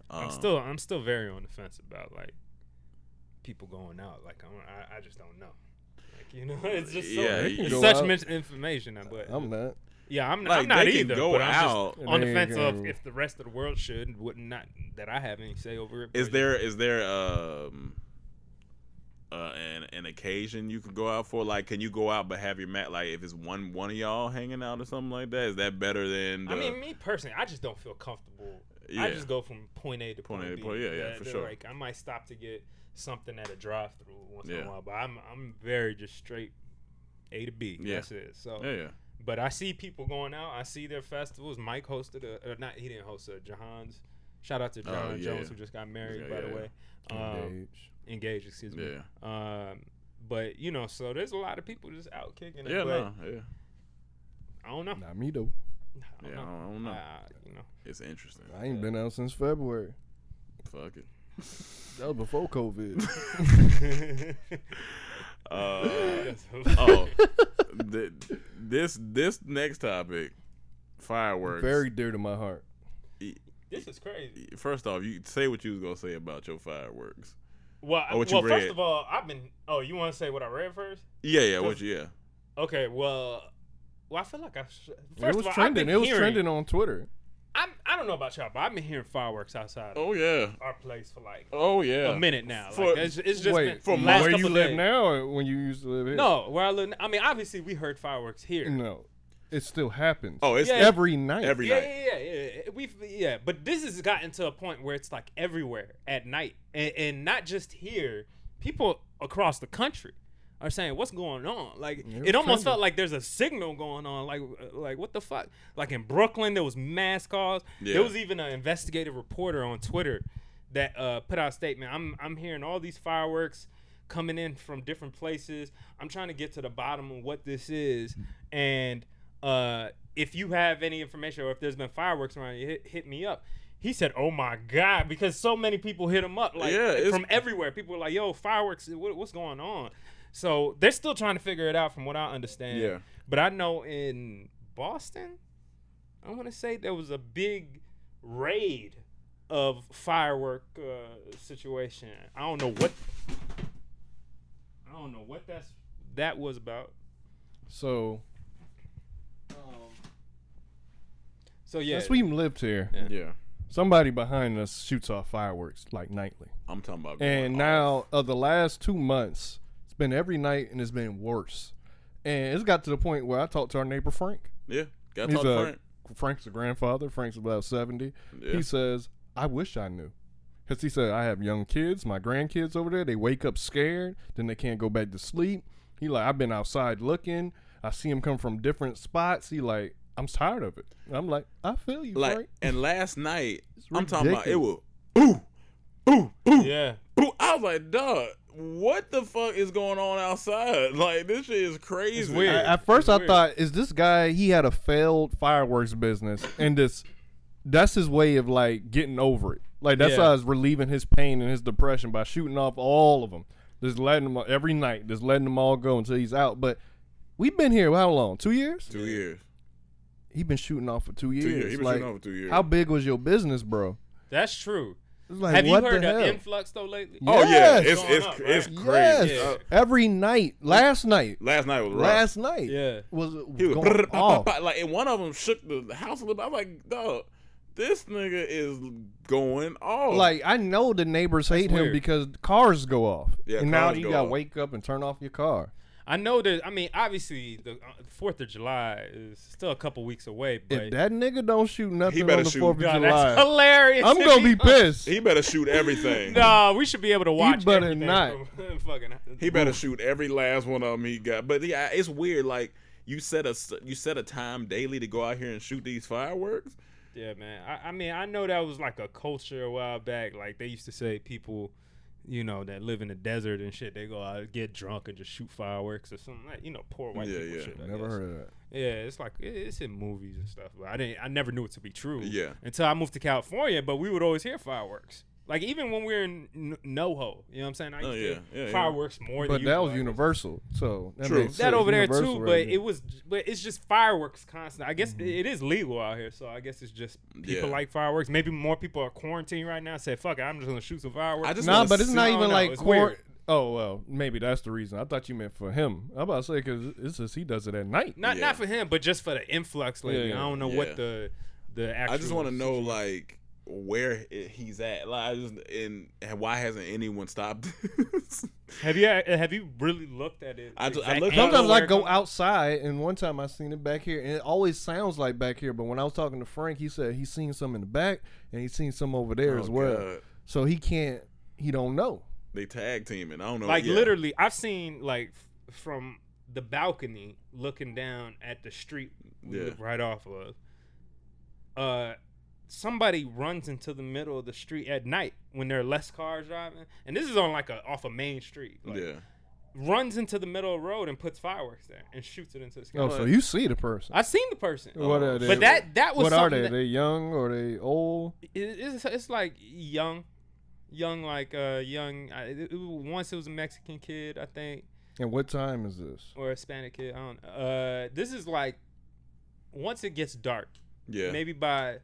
[SPEAKER 2] I'm
[SPEAKER 1] Um,
[SPEAKER 2] still, I'm still very on the fence about like people going out. Like I'm, I, I just don't know. Like you know, it's just so,
[SPEAKER 1] Yeah,
[SPEAKER 2] yeah,
[SPEAKER 1] They can
[SPEAKER 2] it's
[SPEAKER 3] go
[SPEAKER 2] such
[SPEAKER 3] out.
[SPEAKER 2] misinformation. I But
[SPEAKER 3] I'm not.
[SPEAKER 2] yeah, I'm,
[SPEAKER 1] Like,
[SPEAKER 2] I'm not
[SPEAKER 1] they can
[SPEAKER 2] either.
[SPEAKER 1] go
[SPEAKER 2] but I'm just
[SPEAKER 1] out.
[SPEAKER 2] on the
[SPEAKER 3] They
[SPEAKER 2] fence of
[SPEAKER 3] can-
[SPEAKER 2] if the rest of the world should would not that I have any say over it.
[SPEAKER 1] Is
[SPEAKER 2] but-
[SPEAKER 1] there is there um uh an an occasion you can go out for? Like, can you go out but have your mat? Like, if it's one one of y'all hanging out or something like that, is that better than? The,
[SPEAKER 2] I mean, me personally, I just don't feel comfortable.
[SPEAKER 1] Yeah.
[SPEAKER 2] I just go from point A to point,
[SPEAKER 1] A to
[SPEAKER 2] B.
[SPEAKER 1] point- yeah, yeah,
[SPEAKER 2] Uh,
[SPEAKER 1] for
[SPEAKER 2] they're
[SPEAKER 1] sure.
[SPEAKER 2] Like I might stop to get something at a drive-through once in
[SPEAKER 1] Yeah.
[SPEAKER 2] a while, but I'm I'm very just straight A to B.
[SPEAKER 1] Yeah.
[SPEAKER 2] That's it. So
[SPEAKER 1] yeah, yeah.
[SPEAKER 2] But I see people going out. I see their festivals. Mike hosted a, or not he didn't host a Jahan's. Shout out to
[SPEAKER 1] Oh,
[SPEAKER 2] John
[SPEAKER 1] yeah,
[SPEAKER 2] Jones
[SPEAKER 1] yeah.
[SPEAKER 2] who just got married
[SPEAKER 1] Yeah,
[SPEAKER 2] by
[SPEAKER 1] yeah,
[SPEAKER 2] the way. Um,
[SPEAKER 3] Engaged.
[SPEAKER 2] engaged, excuse me. Um, but you know, so there's a lot of people just out kicking it.
[SPEAKER 1] Yeah,
[SPEAKER 2] but
[SPEAKER 1] no, yeah.
[SPEAKER 2] I don't know.
[SPEAKER 3] Not me though.
[SPEAKER 2] I don't
[SPEAKER 1] Yeah, I
[SPEAKER 2] know.
[SPEAKER 1] don't, I don't know.
[SPEAKER 2] I- you know.
[SPEAKER 1] It's interesting.
[SPEAKER 3] I ain't been out since February.
[SPEAKER 1] Fuck it.
[SPEAKER 3] That was before COVID.
[SPEAKER 1] Uh, oh, th- this this next topic, fireworks.
[SPEAKER 3] Very dear to my heart.
[SPEAKER 2] This is crazy.
[SPEAKER 1] First off, you say what you was gonna say about your fireworks.
[SPEAKER 2] Well,
[SPEAKER 3] Oh,
[SPEAKER 2] I-
[SPEAKER 1] Or what you
[SPEAKER 2] well
[SPEAKER 1] read.
[SPEAKER 2] first of all, I've been. Oh, you want to say what I read first?
[SPEAKER 1] Yeah, yeah, what? you- Yeah,
[SPEAKER 2] Okay. Well, well, I feel like I. Sh- first
[SPEAKER 3] it was
[SPEAKER 2] of all, I've
[SPEAKER 3] trending.
[SPEAKER 2] been
[SPEAKER 3] It was
[SPEAKER 2] hearing-
[SPEAKER 3] trending on Twitter.
[SPEAKER 2] I'm, I don't know about y'all, but I've been hearing fireworks outside
[SPEAKER 1] oh yeah,
[SPEAKER 2] our place for like
[SPEAKER 1] oh yeah.
[SPEAKER 2] a minute now.
[SPEAKER 1] For-
[SPEAKER 2] like, it's, it's just been
[SPEAKER 3] Wait,
[SPEAKER 1] for
[SPEAKER 2] the last
[SPEAKER 3] where you
[SPEAKER 2] couple
[SPEAKER 3] live
[SPEAKER 2] days.
[SPEAKER 3] now or when you used to live here?
[SPEAKER 2] No, where I live. Now, I mean, obviously we heard fireworks here.
[SPEAKER 3] No. It still happens.
[SPEAKER 1] Oh, it's
[SPEAKER 2] Yeah.
[SPEAKER 3] every night.
[SPEAKER 1] every
[SPEAKER 2] yeah,
[SPEAKER 1] night.
[SPEAKER 2] yeah, yeah, yeah. We've yeah, but this has gotten to a point where it's like everywhere at night, and, and not just here. People across the country are saying, "What's going on?" Like it almost felt like there's a signal going on. Like uh, like what the fuck? Like in Brooklyn, there was mass calls.
[SPEAKER 1] Yeah.
[SPEAKER 2] There was even an investigative reporter on Twitter that uh, put out a statement. I'm I'm hearing all these fireworks coming in from different places. I'm trying to get to the bottom of what this is. And uh, if you have any information or if there's been fireworks around, you hit, hit me up. He said, "Oh my God!" Because so many people hit him up, like
[SPEAKER 1] Yeah, it's-
[SPEAKER 2] from everywhere. People were like, "Yo, fireworks! What, what's going on?" So they're still trying to figure it out, from what I understand.
[SPEAKER 1] Yeah.
[SPEAKER 2] But I know in Boston, I want to say there was a big raid of firework uh, situation. I don't know what I don't know what that's that was about.
[SPEAKER 3] So
[SPEAKER 2] So yeah,
[SPEAKER 3] since we lived here,
[SPEAKER 1] yeah.
[SPEAKER 3] somebody behind us shoots off fireworks like nightly.
[SPEAKER 1] I'm talking about.
[SPEAKER 3] And
[SPEAKER 1] going off.
[SPEAKER 3] now, of the last two months, it's been every night and it's been worse. And it's got to the point where I talked to our neighbor Frank.
[SPEAKER 1] yeah, got to
[SPEAKER 3] He's
[SPEAKER 1] talk
[SPEAKER 3] a-
[SPEAKER 1] to Frank.
[SPEAKER 3] Frank's a grandfather. Frank's about 70.
[SPEAKER 1] Yeah.
[SPEAKER 3] He says, I wish I knew. Because he said, I have young kids, my grandkids over there. They wake up scared, then they can't go back to sleep. He like, I've been outside looking. I see him come from different spots. He like, I'm tired of it. And I'm like, I feel you,
[SPEAKER 1] Like,
[SPEAKER 3] Frank.
[SPEAKER 1] and last night, I'm talking about it
[SPEAKER 3] ridiculous.
[SPEAKER 1] was ooh, ooh, ooh,
[SPEAKER 2] yeah.
[SPEAKER 1] ooh. I was like, dog, what the fuck is going on outside? Like, this shit is crazy.
[SPEAKER 2] weird.
[SPEAKER 3] At- At first, I thought, is this guy? He had a failed fireworks business, and this that's his way of like getting over it. Like that's
[SPEAKER 2] Yeah.
[SPEAKER 3] how he's relieving his pain and his depression by shooting off all of them, just letting them every night, just letting them all go until he's out. But we've been here how long? Two years?
[SPEAKER 1] Two years.
[SPEAKER 3] He's been shooting off for two years.
[SPEAKER 1] years. He been
[SPEAKER 3] like,
[SPEAKER 1] shooting off for two years.
[SPEAKER 3] How big was your business, bro?
[SPEAKER 2] That's true.
[SPEAKER 3] It's like
[SPEAKER 2] Have you
[SPEAKER 3] what
[SPEAKER 2] heard
[SPEAKER 3] the
[SPEAKER 2] of
[SPEAKER 3] hell?
[SPEAKER 2] influx though lately?
[SPEAKER 1] Oh yeah,
[SPEAKER 3] Yes.
[SPEAKER 1] it's
[SPEAKER 2] Going
[SPEAKER 1] it's
[SPEAKER 2] up,
[SPEAKER 1] it's
[SPEAKER 2] right?
[SPEAKER 1] crazy.
[SPEAKER 3] yes,
[SPEAKER 1] Uh,
[SPEAKER 3] every night. Last night.
[SPEAKER 1] last night was rough.
[SPEAKER 3] Last night.
[SPEAKER 2] Yeah.
[SPEAKER 3] was,
[SPEAKER 1] he was
[SPEAKER 3] going off.
[SPEAKER 1] like, and one of them shook the house a little. bit. I'm like, dog, this nigga is going off.
[SPEAKER 3] Like I know the neighbors hate him
[SPEAKER 2] weird.
[SPEAKER 3] because cars go off.
[SPEAKER 1] Yeah,
[SPEAKER 3] and now
[SPEAKER 1] cars
[SPEAKER 3] you
[SPEAKER 1] go
[SPEAKER 3] gotta
[SPEAKER 1] off.
[SPEAKER 3] wake up and turn off your car.
[SPEAKER 2] I know there's. I mean, obviously the uh, Fourth of July is still a couple weeks away, but
[SPEAKER 3] If that nigga don't shoot nothing
[SPEAKER 1] better
[SPEAKER 3] on the
[SPEAKER 1] shoot.
[SPEAKER 3] Fourth of
[SPEAKER 2] God, that's
[SPEAKER 3] July,
[SPEAKER 2] hilarious.
[SPEAKER 3] I'm gonna be pissed.
[SPEAKER 1] he better shoot everything.
[SPEAKER 2] Nah, we should be able to watch.
[SPEAKER 3] better
[SPEAKER 2] everything
[SPEAKER 3] not.
[SPEAKER 2] from- fucking.
[SPEAKER 1] He better shoot every last one of them he got. But yeah, it's weird. Like you set a you set a time daily to go out here and shoot these fireworks.
[SPEAKER 2] Yeah, man. I, I mean, I know that was like a culture a while back. Like they used to say people, you know, that live in the desert and shit, they go out get drunk and just shoot fireworks or something like you know, poor white
[SPEAKER 1] Yeah,
[SPEAKER 2] people
[SPEAKER 1] yeah.
[SPEAKER 2] shit. I
[SPEAKER 3] Never
[SPEAKER 2] guess.
[SPEAKER 3] heard of that.
[SPEAKER 2] Yeah, it's like it- it's in movies and stuff, but I didn't. I never knew it to be true.
[SPEAKER 1] Yeah.
[SPEAKER 2] Until I moved to California, but we would always hear fireworks. Like even when we were in N- NoHo, you know what I'm saying? I used
[SPEAKER 1] Oh,
[SPEAKER 2] to
[SPEAKER 1] yeah,
[SPEAKER 2] hear
[SPEAKER 1] yeah, yeah.
[SPEAKER 2] fireworks more than
[SPEAKER 3] But
[SPEAKER 2] you
[SPEAKER 3] that
[SPEAKER 2] would,
[SPEAKER 3] was
[SPEAKER 2] like-
[SPEAKER 3] universal. So that
[SPEAKER 1] True.
[SPEAKER 3] makes
[SPEAKER 2] that
[SPEAKER 3] sense.
[SPEAKER 2] over there
[SPEAKER 3] Universal Mm-hmm.
[SPEAKER 2] too,
[SPEAKER 3] right
[SPEAKER 2] but
[SPEAKER 3] there.
[SPEAKER 2] it was, but it's just fireworks constant. I guess it is legal out here, so I guess it's just people
[SPEAKER 1] Yeah.
[SPEAKER 2] like fireworks. Maybe more people are quarantined right now. Said fuck it, I'm just gonna shoot some fireworks.
[SPEAKER 1] I just
[SPEAKER 3] nah,
[SPEAKER 1] wanna
[SPEAKER 3] but it's
[SPEAKER 1] see-
[SPEAKER 2] I
[SPEAKER 3] not
[SPEAKER 2] don't
[SPEAKER 3] even
[SPEAKER 2] know,
[SPEAKER 3] like
[SPEAKER 2] it's
[SPEAKER 3] cor-
[SPEAKER 2] weird.
[SPEAKER 3] Oh well, maybe that's the reason. I thought you meant for him. I'm about to say because it's just he does it at night.
[SPEAKER 2] not
[SPEAKER 1] Yeah.
[SPEAKER 2] not for him, but just for the influx lately.
[SPEAKER 3] Yeah,
[SPEAKER 2] I don't know
[SPEAKER 1] yeah.
[SPEAKER 2] what the the actual.
[SPEAKER 1] I just want to know
[SPEAKER 2] situation-
[SPEAKER 1] like where i- he's at. Like I just and, and why hasn't anyone stopped? this?
[SPEAKER 2] Have you uh, have you really looked at it?
[SPEAKER 1] I
[SPEAKER 2] the
[SPEAKER 1] just- I
[SPEAKER 2] exact
[SPEAKER 1] looked-
[SPEAKER 2] angle
[SPEAKER 3] Sometimes
[SPEAKER 2] where
[SPEAKER 3] I
[SPEAKER 2] it
[SPEAKER 3] go
[SPEAKER 2] comes-
[SPEAKER 3] outside, and one time I seen it back here, and it always sounds like back here. But when I was talking to Frank, he said he seen some in the back, and he seen some over there
[SPEAKER 1] Oh,
[SPEAKER 3] as well.
[SPEAKER 1] God.
[SPEAKER 3] So he can't, he don't know.
[SPEAKER 1] they tag teaming. I don't know.
[SPEAKER 2] Like
[SPEAKER 1] Oh, yeah.
[SPEAKER 2] literally, I've seen like f- from the balcony looking down at the street we
[SPEAKER 1] Yeah.
[SPEAKER 2] live right off of. Uh, somebody runs into the middle of the street at night when there are less cars driving, and this is on like a off a main street. Like,
[SPEAKER 1] Yeah.
[SPEAKER 2] runs into the middle of the road and puts fireworks there and shoots it into the sky.
[SPEAKER 3] Oh, so you Oh. see the person.
[SPEAKER 2] I've seen the person.
[SPEAKER 3] What are they?
[SPEAKER 2] But that that was
[SPEAKER 3] what are
[SPEAKER 2] something
[SPEAKER 3] they?
[SPEAKER 2] that-
[SPEAKER 3] they young or they old?
[SPEAKER 2] it- it's, it's like young, young like uh young. I, it, it- once it was a Mexican kid, I think,
[SPEAKER 3] And what time is this?
[SPEAKER 2] or a Hispanic kid. I don't. know. Uh, this is like once it gets dark,
[SPEAKER 1] Yeah,
[SPEAKER 2] maybe by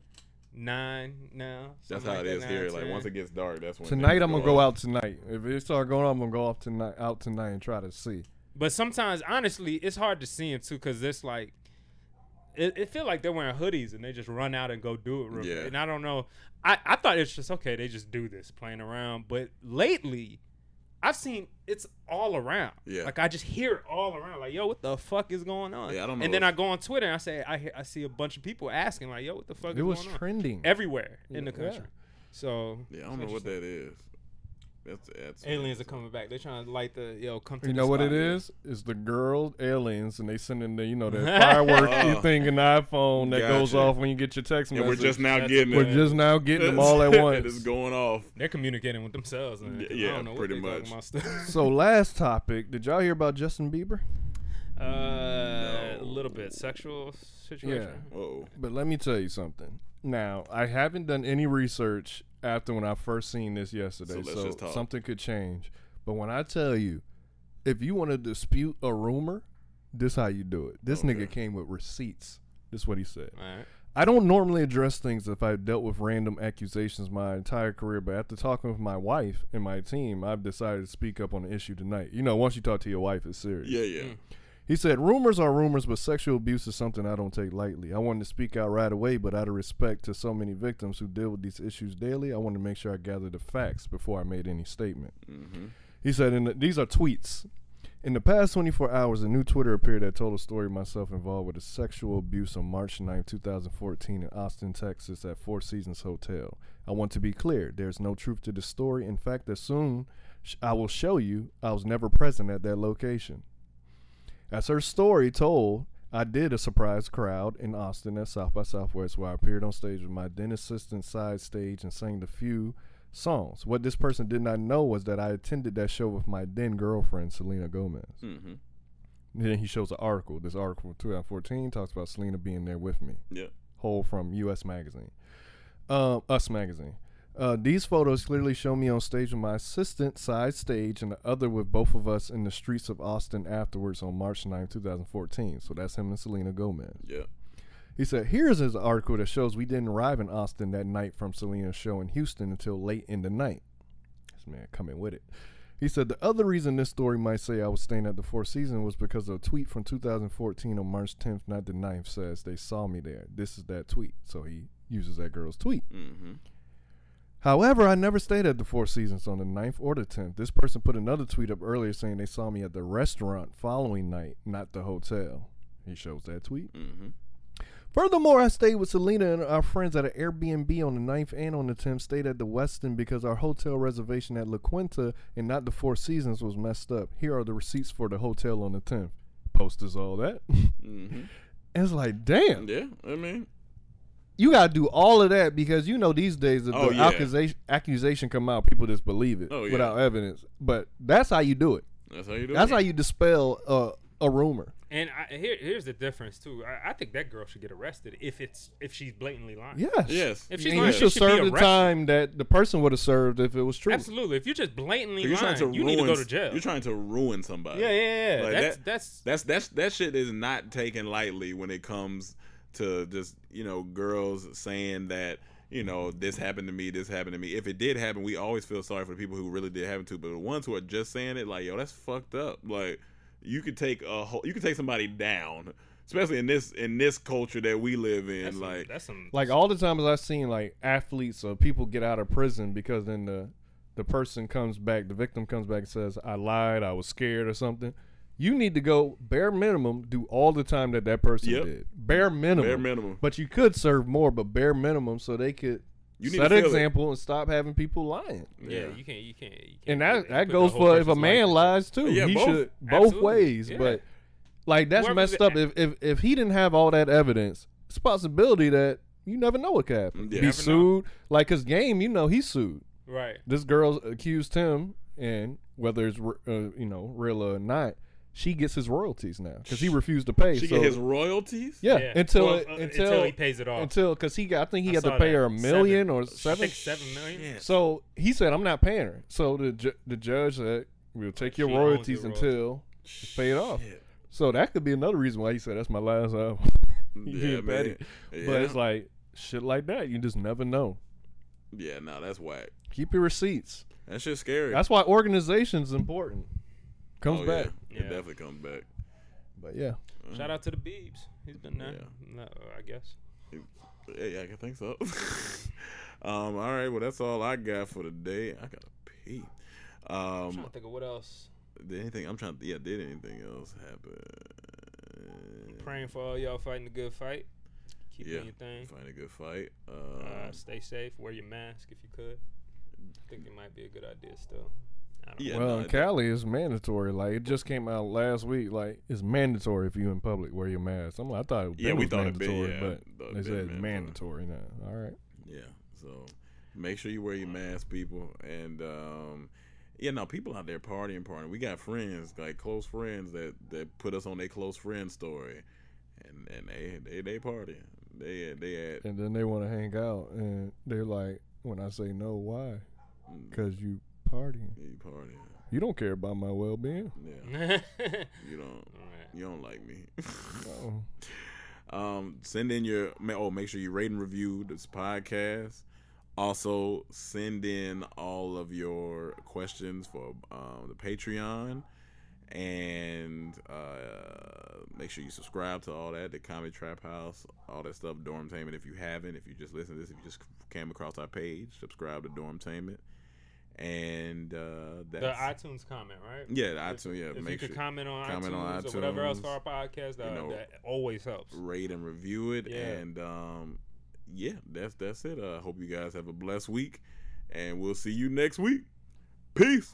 [SPEAKER 2] nine now.
[SPEAKER 1] that's
[SPEAKER 2] something
[SPEAKER 1] how it
[SPEAKER 2] that,
[SPEAKER 1] is
[SPEAKER 2] nine,
[SPEAKER 1] here. Like
[SPEAKER 2] 10.
[SPEAKER 1] once it gets dark, that's when
[SPEAKER 3] Tonight
[SPEAKER 1] things
[SPEAKER 3] I'm gonna go
[SPEAKER 1] up.
[SPEAKER 3] out tonight. If it start going, I'm gonna go off tonight, out tonight and try to see.
[SPEAKER 2] But sometimes, honestly, it's hard to see them too because it's like it, it feel like they're wearing hoodies and they just run out and go do it. Real
[SPEAKER 1] Yeah.
[SPEAKER 2] And I don't know. I I thought it's just okay. They just do this playing around. But lately, I've seen it's all around.
[SPEAKER 1] Yeah.
[SPEAKER 2] Like I just hear it all around. Like yo, what the fuck is going on?
[SPEAKER 1] Yeah, I don't know
[SPEAKER 2] And then
[SPEAKER 1] if-
[SPEAKER 2] I go on Twitter and I say I hear- I see a bunch of people asking like yo, what the fuck is
[SPEAKER 3] It was
[SPEAKER 2] going on?
[SPEAKER 3] trending.
[SPEAKER 2] everywhere in the
[SPEAKER 3] Yeah.
[SPEAKER 2] country. So
[SPEAKER 1] Yeah, I don't know what that is. That's that's
[SPEAKER 2] aliens are coming back. They're trying to light the yo. Come to
[SPEAKER 3] you
[SPEAKER 2] the
[SPEAKER 3] know what
[SPEAKER 2] spot.
[SPEAKER 3] it is? It's the girl aliens, and they sending the you know that firework you
[SPEAKER 1] Oh.
[SPEAKER 3] thing in the iPhone that goes
[SPEAKER 1] Gotcha.
[SPEAKER 3] off when you get your text
[SPEAKER 1] And
[SPEAKER 3] message.
[SPEAKER 1] we're just now
[SPEAKER 2] That's
[SPEAKER 1] getting
[SPEAKER 2] what
[SPEAKER 3] we're
[SPEAKER 1] it.
[SPEAKER 3] just now getting them all at
[SPEAKER 1] it is
[SPEAKER 3] once.
[SPEAKER 1] going off.
[SPEAKER 2] They're communicating with themselves. Man.
[SPEAKER 1] Y-
[SPEAKER 2] 'cause
[SPEAKER 1] yeah,
[SPEAKER 2] I don't know
[SPEAKER 1] pretty
[SPEAKER 2] what they
[SPEAKER 1] much.
[SPEAKER 2] Talking about stuff.
[SPEAKER 3] So last topic, did y'all hear about Justin Bieber?
[SPEAKER 2] Uh, A little bit sexual situation.
[SPEAKER 1] Whoa.
[SPEAKER 3] But let me tell you something. Now, I haven't done any research after when I first seen this yesterday,
[SPEAKER 1] let's
[SPEAKER 3] so,
[SPEAKER 1] just talk.
[SPEAKER 3] something could change. But when I tell you, if you want to dispute a rumor, this how you do it. This nigga came with receipts. This what he said.
[SPEAKER 2] All right.
[SPEAKER 3] I don't normally address things if I've dealt with random accusations my entire career, but after talking with my wife and my team, I've decided to speak up on the issue tonight. You know, once you talk to your wife, it's serious.
[SPEAKER 1] Yeah, yeah.
[SPEAKER 3] He said, Rumors are rumors, but sexual abuse is something I don't take lightly. I wanted to speak out right away, but out of respect to so many victims who deal with these issues daily, I wanted to make sure I gathered the facts before I made any statement. He said, and these are tweets. In the past 24 hours, a new Twitter appeared that told a story of myself involved with a sexual abuse on March 9, 2014, in Austin, Texas, at Four Seasons Hotel. I want to be clear there's no truth to this story. In fact, as soon sh- I will show you, I was never present at that location. As her story told, I did a surprise crowd in Austin at South by Southwest where I appeared on stage with my then assistant side stage and sang the few songs. What this person did not know was that I attended that show with my then girlfriend, Selena Gomez.
[SPEAKER 1] Mm-hmm.
[SPEAKER 3] And then he shows an article. This article from 2014 talks about Selena being there with me
[SPEAKER 1] Yeah.
[SPEAKER 3] whole from U.S. Magazine, um, Us Magazine. Uh, these photos clearly show me on stage with my assistant side stage and the other with both of us in the streets of Austin afterwards on March 9, 2014. So that's him and Selena Gomez.
[SPEAKER 1] Yeah.
[SPEAKER 3] He said, Here's his article that shows we didn't arrive in Austin that night from Selena's show in Houston until late in the night. This man coming with it. He said, The other reason this story might say I was staying at the Four Seasons was because of a tweet from 2014 on March 10th, not the 9th, says they saw me there. This is that tweet. So he uses that girl's tweet.
[SPEAKER 1] Mm-hmm.
[SPEAKER 3] However, I never stayed at the Four Seasons on the 9th or the 10th. This person put another tweet up earlier saying they saw me at the restaurant following night, not the hotel. He shows that tweet.
[SPEAKER 1] Mm-hmm.
[SPEAKER 3] Furthermore, I stayed with Selena and our friends at an Airbnb on the 9th and on the 10th, stayed at the Westin because our hotel reservation at La Quinta and not the Four Seasons was messed up. Here are the receipts for the hotel on the 10th. Posters, all that.
[SPEAKER 1] Mm-hmm.
[SPEAKER 3] And it's like, damn,
[SPEAKER 1] Yeah. I mean,
[SPEAKER 3] you got to do all of that because you know these days if
[SPEAKER 1] Oh,
[SPEAKER 3] the
[SPEAKER 1] yeah.
[SPEAKER 3] accusation, accusation come out, people just believe it
[SPEAKER 1] Oh, yeah.
[SPEAKER 3] without evidence. But that's how you do it.
[SPEAKER 1] that's how you do.
[SPEAKER 3] That's
[SPEAKER 1] it.
[SPEAKER 3] how you dispel uh, a rumor.
[SPEAKER 2] And I, here, here's the difference too. I, I think that girl should get arrested if it's if she's blatantly lying.
[SPEAKER 3] Yes.
[SPEAKER 1] Yes.
[SPEAKER 2] If she's
[SPEAKER 3] And
[SPEAKER 2] lying,
[SPEAKER 3] you
[SPEAKER 2] she
[SPEAKER 3] should
[SPEAKER 2] should
[SPEAKER 3] serve
[SPEAKER 2] be
[SPEAKER 3] the
[SPEAKER 2] arrested.
[SPEAKER 3] time that the person would have served if it was true.
[SPEAKER 2] Absolutely. If you're just blatantly
[SPEAKER 1] you're trying
[SPEAKER 2] lying,
[SPEAKER 1] to
[SPEAKER 2] you
[SPEAKER 1] ruin.
[SPEAKER 2] need to go to jail.
[SPEAKER 1] You're trying to ruin somebody.
[SPEAKER 2] yeah, yeah, yeah.
[SPEAKER 1] Like,
[SPEAKER 2] that's,
[SPEAKER 1] that-
[SPEAKER 2] that's
[SPEAKER 1] That's that's that shit is not taken lightly when it comes to just you know girls saying that you know this happened to me, this happened to me. If it did happen, we always feel sorry for the people who really did happen to, but the ones who are just saying it, like yo, that's fucked up. Like you could take a whole, you could take somebody down, especially in this in this culture that we live in.
[SPEAKER 2] that's
[SPEAKER 1] like
[SPEAKER 2] some, that's some
[SPEAKER 1] Mm.
[SPEAKER 3] Like all the times I've seen like athletes or people get out of prison because then the the person comes back, the victim comes back and says, "I lied, I was scared or something." You need to go bare minimum, do all the time that that person
[SPEAKER 1] Yep.
[SPEAKER 3] did. Bare minimum.
[SPEAKER 1] Bare minimum.
[SPEAKER 3] But you could serve more, but bare minimum, so they could
[SPEAKER 1] You need
[SPEAKER 3] set
[SPEAKER 1] to
[SPEAKER 3] an
[SPEAKER 1] feel it.
[SPEAKER 3] example and stop having people lying.
[SPEAKER 2] yeah, You can't. You can't. You can't
[SPEAKER 3] And
[SPEAKER 2] put-
[SPEAKER 3] that that
[SPEAKER 2] put the
[SPEAKER 3] goes
[SPEAKER 2] whole
[SPEAKER 3] for if a
[SPEAKER 2] person's
[SPEAKER 3] man
[SPEAKER 2] life
[SPEAKER 3] lies too.
[SPEAKER 1] Yeah,
[SPEAKER 3] he
[SPEAKER 1] both.
[SPEAKER 3] should both
[SPEAKER 2] Absolutely.
[SPEAKER 3] ways,
[SPEAKER 2] Yeah.
[SPEAKER 3] but like that's
[SPEAKER 2] Whoever's
[SPEAKER 3] messed
[SPEAKER 2] the-
[SPEAKER 3] up. If, if if he didn't have all that evidence, it's a possibility that you never know what could happen.
[SPEAKER 1] Yeah.
[SPEAKER 3] Be
[SPEAKER 1] Mm, Never
[SPEAKER 2] know.
[SPEAKER 3] sued, like his game. You know he sued.
[SPEAKER 2] in- Right.
[SPEAKER 3] This girl accused him, and whether it's r- uh, you know real or not, she gets his royalties now because he refused to pay.
[SPEAKER 1] She
[SPEAKER 3] so
[SPEAKER 1] get his royalties.
[SPEAKER 3] yeah,
[SPEAKER 2] Yeah.
[SPEAKER 3] until
[SPEAKER 2] Well,
[SPEAKER 3] it-
[SPEAKER 2] uh,
[SPEAKER 3] until,
[SPEAKER 2] until he pays it off.
[SPEAKER 3] Until because he got, I think he
[SPEAKER 2] I
[SPEAKER 3] had to
[SPEAKER 2] saw
[SPEAKER 3] pay
[SPEAKER 2] that.
[SPEAKER 3] her a million
[SPEAKER 2] Seven-
[SPEAKER 3] or
[SPEAKER 2] I
[SPEAKER 3] seven.
[SPEAKER 2] think seven million.
[SPEAKER 3] So he said, "I'm not paying her." So the ju- the judge said, "We'll take your
[SPEAKER 2] She owns the
[SPEAKER 3] royalties until it's paid off." So that could be another reason why he said, "That's my last album."
[SPEAKER 1] Yeah,
[SPEAKER 3] Being
[SPEAKER 1] man.
[SPEAKER 3] petty.
[SPEAKER 1] Yeah.
[SPEAKER 3] But it's like shit like that. You just never know.
[SPEAKER 1] yeah, no, that's whack.
[SPEAKER 3] Keep your receipts.
[SPEAKER 1] That shit's scary.
[SPEAKER 3] That's why organization's important. Comes
[SPEAKER 1] Oh,
[SPEAKER 3] back,
[SPEAKER 1] Yeah.
[SPEAKER 2] Yeah.
[SPEAKER 1] It definitely comes back.
[SPEAKER 3] but yeah.
[SPEAKER 2] Shout out to the Beebs. He's been there. No, I guess.
[SPEAKER 1] Yeah, yeah, I think so. um, all right, well, that's all I got for today. I gotta pee.
[SPEAKER 2] I'm trying
[SPEAKER 1] Um,
[SPEAKER 2] to think of what else.
[SPEAKER 1] did anything? I'm trying. To, yeah, did anything else happen?
[SPEAKER 2] Praying for all y'all fighting a good fight. Keep
[SPEAKER 1] Yeah,
[SPEAKER 2] doing your thing.
[SPEAKER 1] find a good fight. Uh,
[SPEAKER 2] Uh, stay safe. Wear your mask if you could. I think it might be a good idea still. I don't
[SPEAKER 1] yeah,
[SPEAKER 2] know.
[SPEAKER 3] well,
[SPEAKER 1] no,
[SPEAKER 3] in Cali, it's mandatory. Like it just came out last week. Like it's mandatory if you in public wear your mask. I'm like, I thought it
[SPEAKER 1] Yeah,
[SPEAKER 3] been
[SPEAKER 1] we
[SPEAKER 3] was
[SPEAKER 1] thought it been-
[SPEAKER 3] mandatory,
[SPEAKER 1] yeah, thought
[SPEAKER 3] but
[SPEAKER 1] it
[SPEAKER 3] they
[SPEAKER 1] been
[SPEAKER 3] said it's
[SPEAKER 1] mandatory.
[SPEAKER 3] mandatory now. All right.
[SPEAKER 1] Yeah. So make sure you wear your mask, people. And um yeah, now people out there partying, partying. We got friends, like close friends that that put us on their close friend story, and and they they they partying. They they at
[SPEAKER 3] And then they want to hang out, and they're like, when I say no, why?
[SPEAKER 1] Mm,
[SPEAKER 3] Because you partying.
[SPEAKER 1] you partying.
[SPEAKER 3] You don't care about my well being.
[SPEAKER 1] Yeah, you don't you don't like me.
[SPEAKER 3] Oh.
[SPEAKER 1] Um, send in your ma- oh, make sure you rate and review this podcast. Also, send in all of your questions for um, the Patreon, and uh, make sure you subscribe to all that. The Comedy Trap House, all that stuff. Dormtainment, if you haven't, if you just listen to this, if you just came across our page, subscribe to Dormtainment, and uh,
[SPEAKER 2] the
[SPEAKER 1] that's
[SPEAKER 2] iTunes comment, right?
[SPEAKER 1] yeah, the iTunes. Yeah,
[SPEAKER 2] If you
[SPEAKER 1] make
[SPEAKER 2] could
[SPEAKER 1] sure
[SPEAKER 2] comment on
[SPEAKER 1] comment on
[SPEAKER 2] iTunes or whatever else for
[SPEAKER 1] iTunes.
[SPEAKER 2] our podcast, uh,
[SPEAKER 1] know.
[SPEAKER 2] that always helps.
[SPEAKER 1] rate and review it
[SPEAKER 2] Yeah.
[SPEAKER 1] and um yeah that's that's it i hope you guys have a blessed week and we'll see you next week peace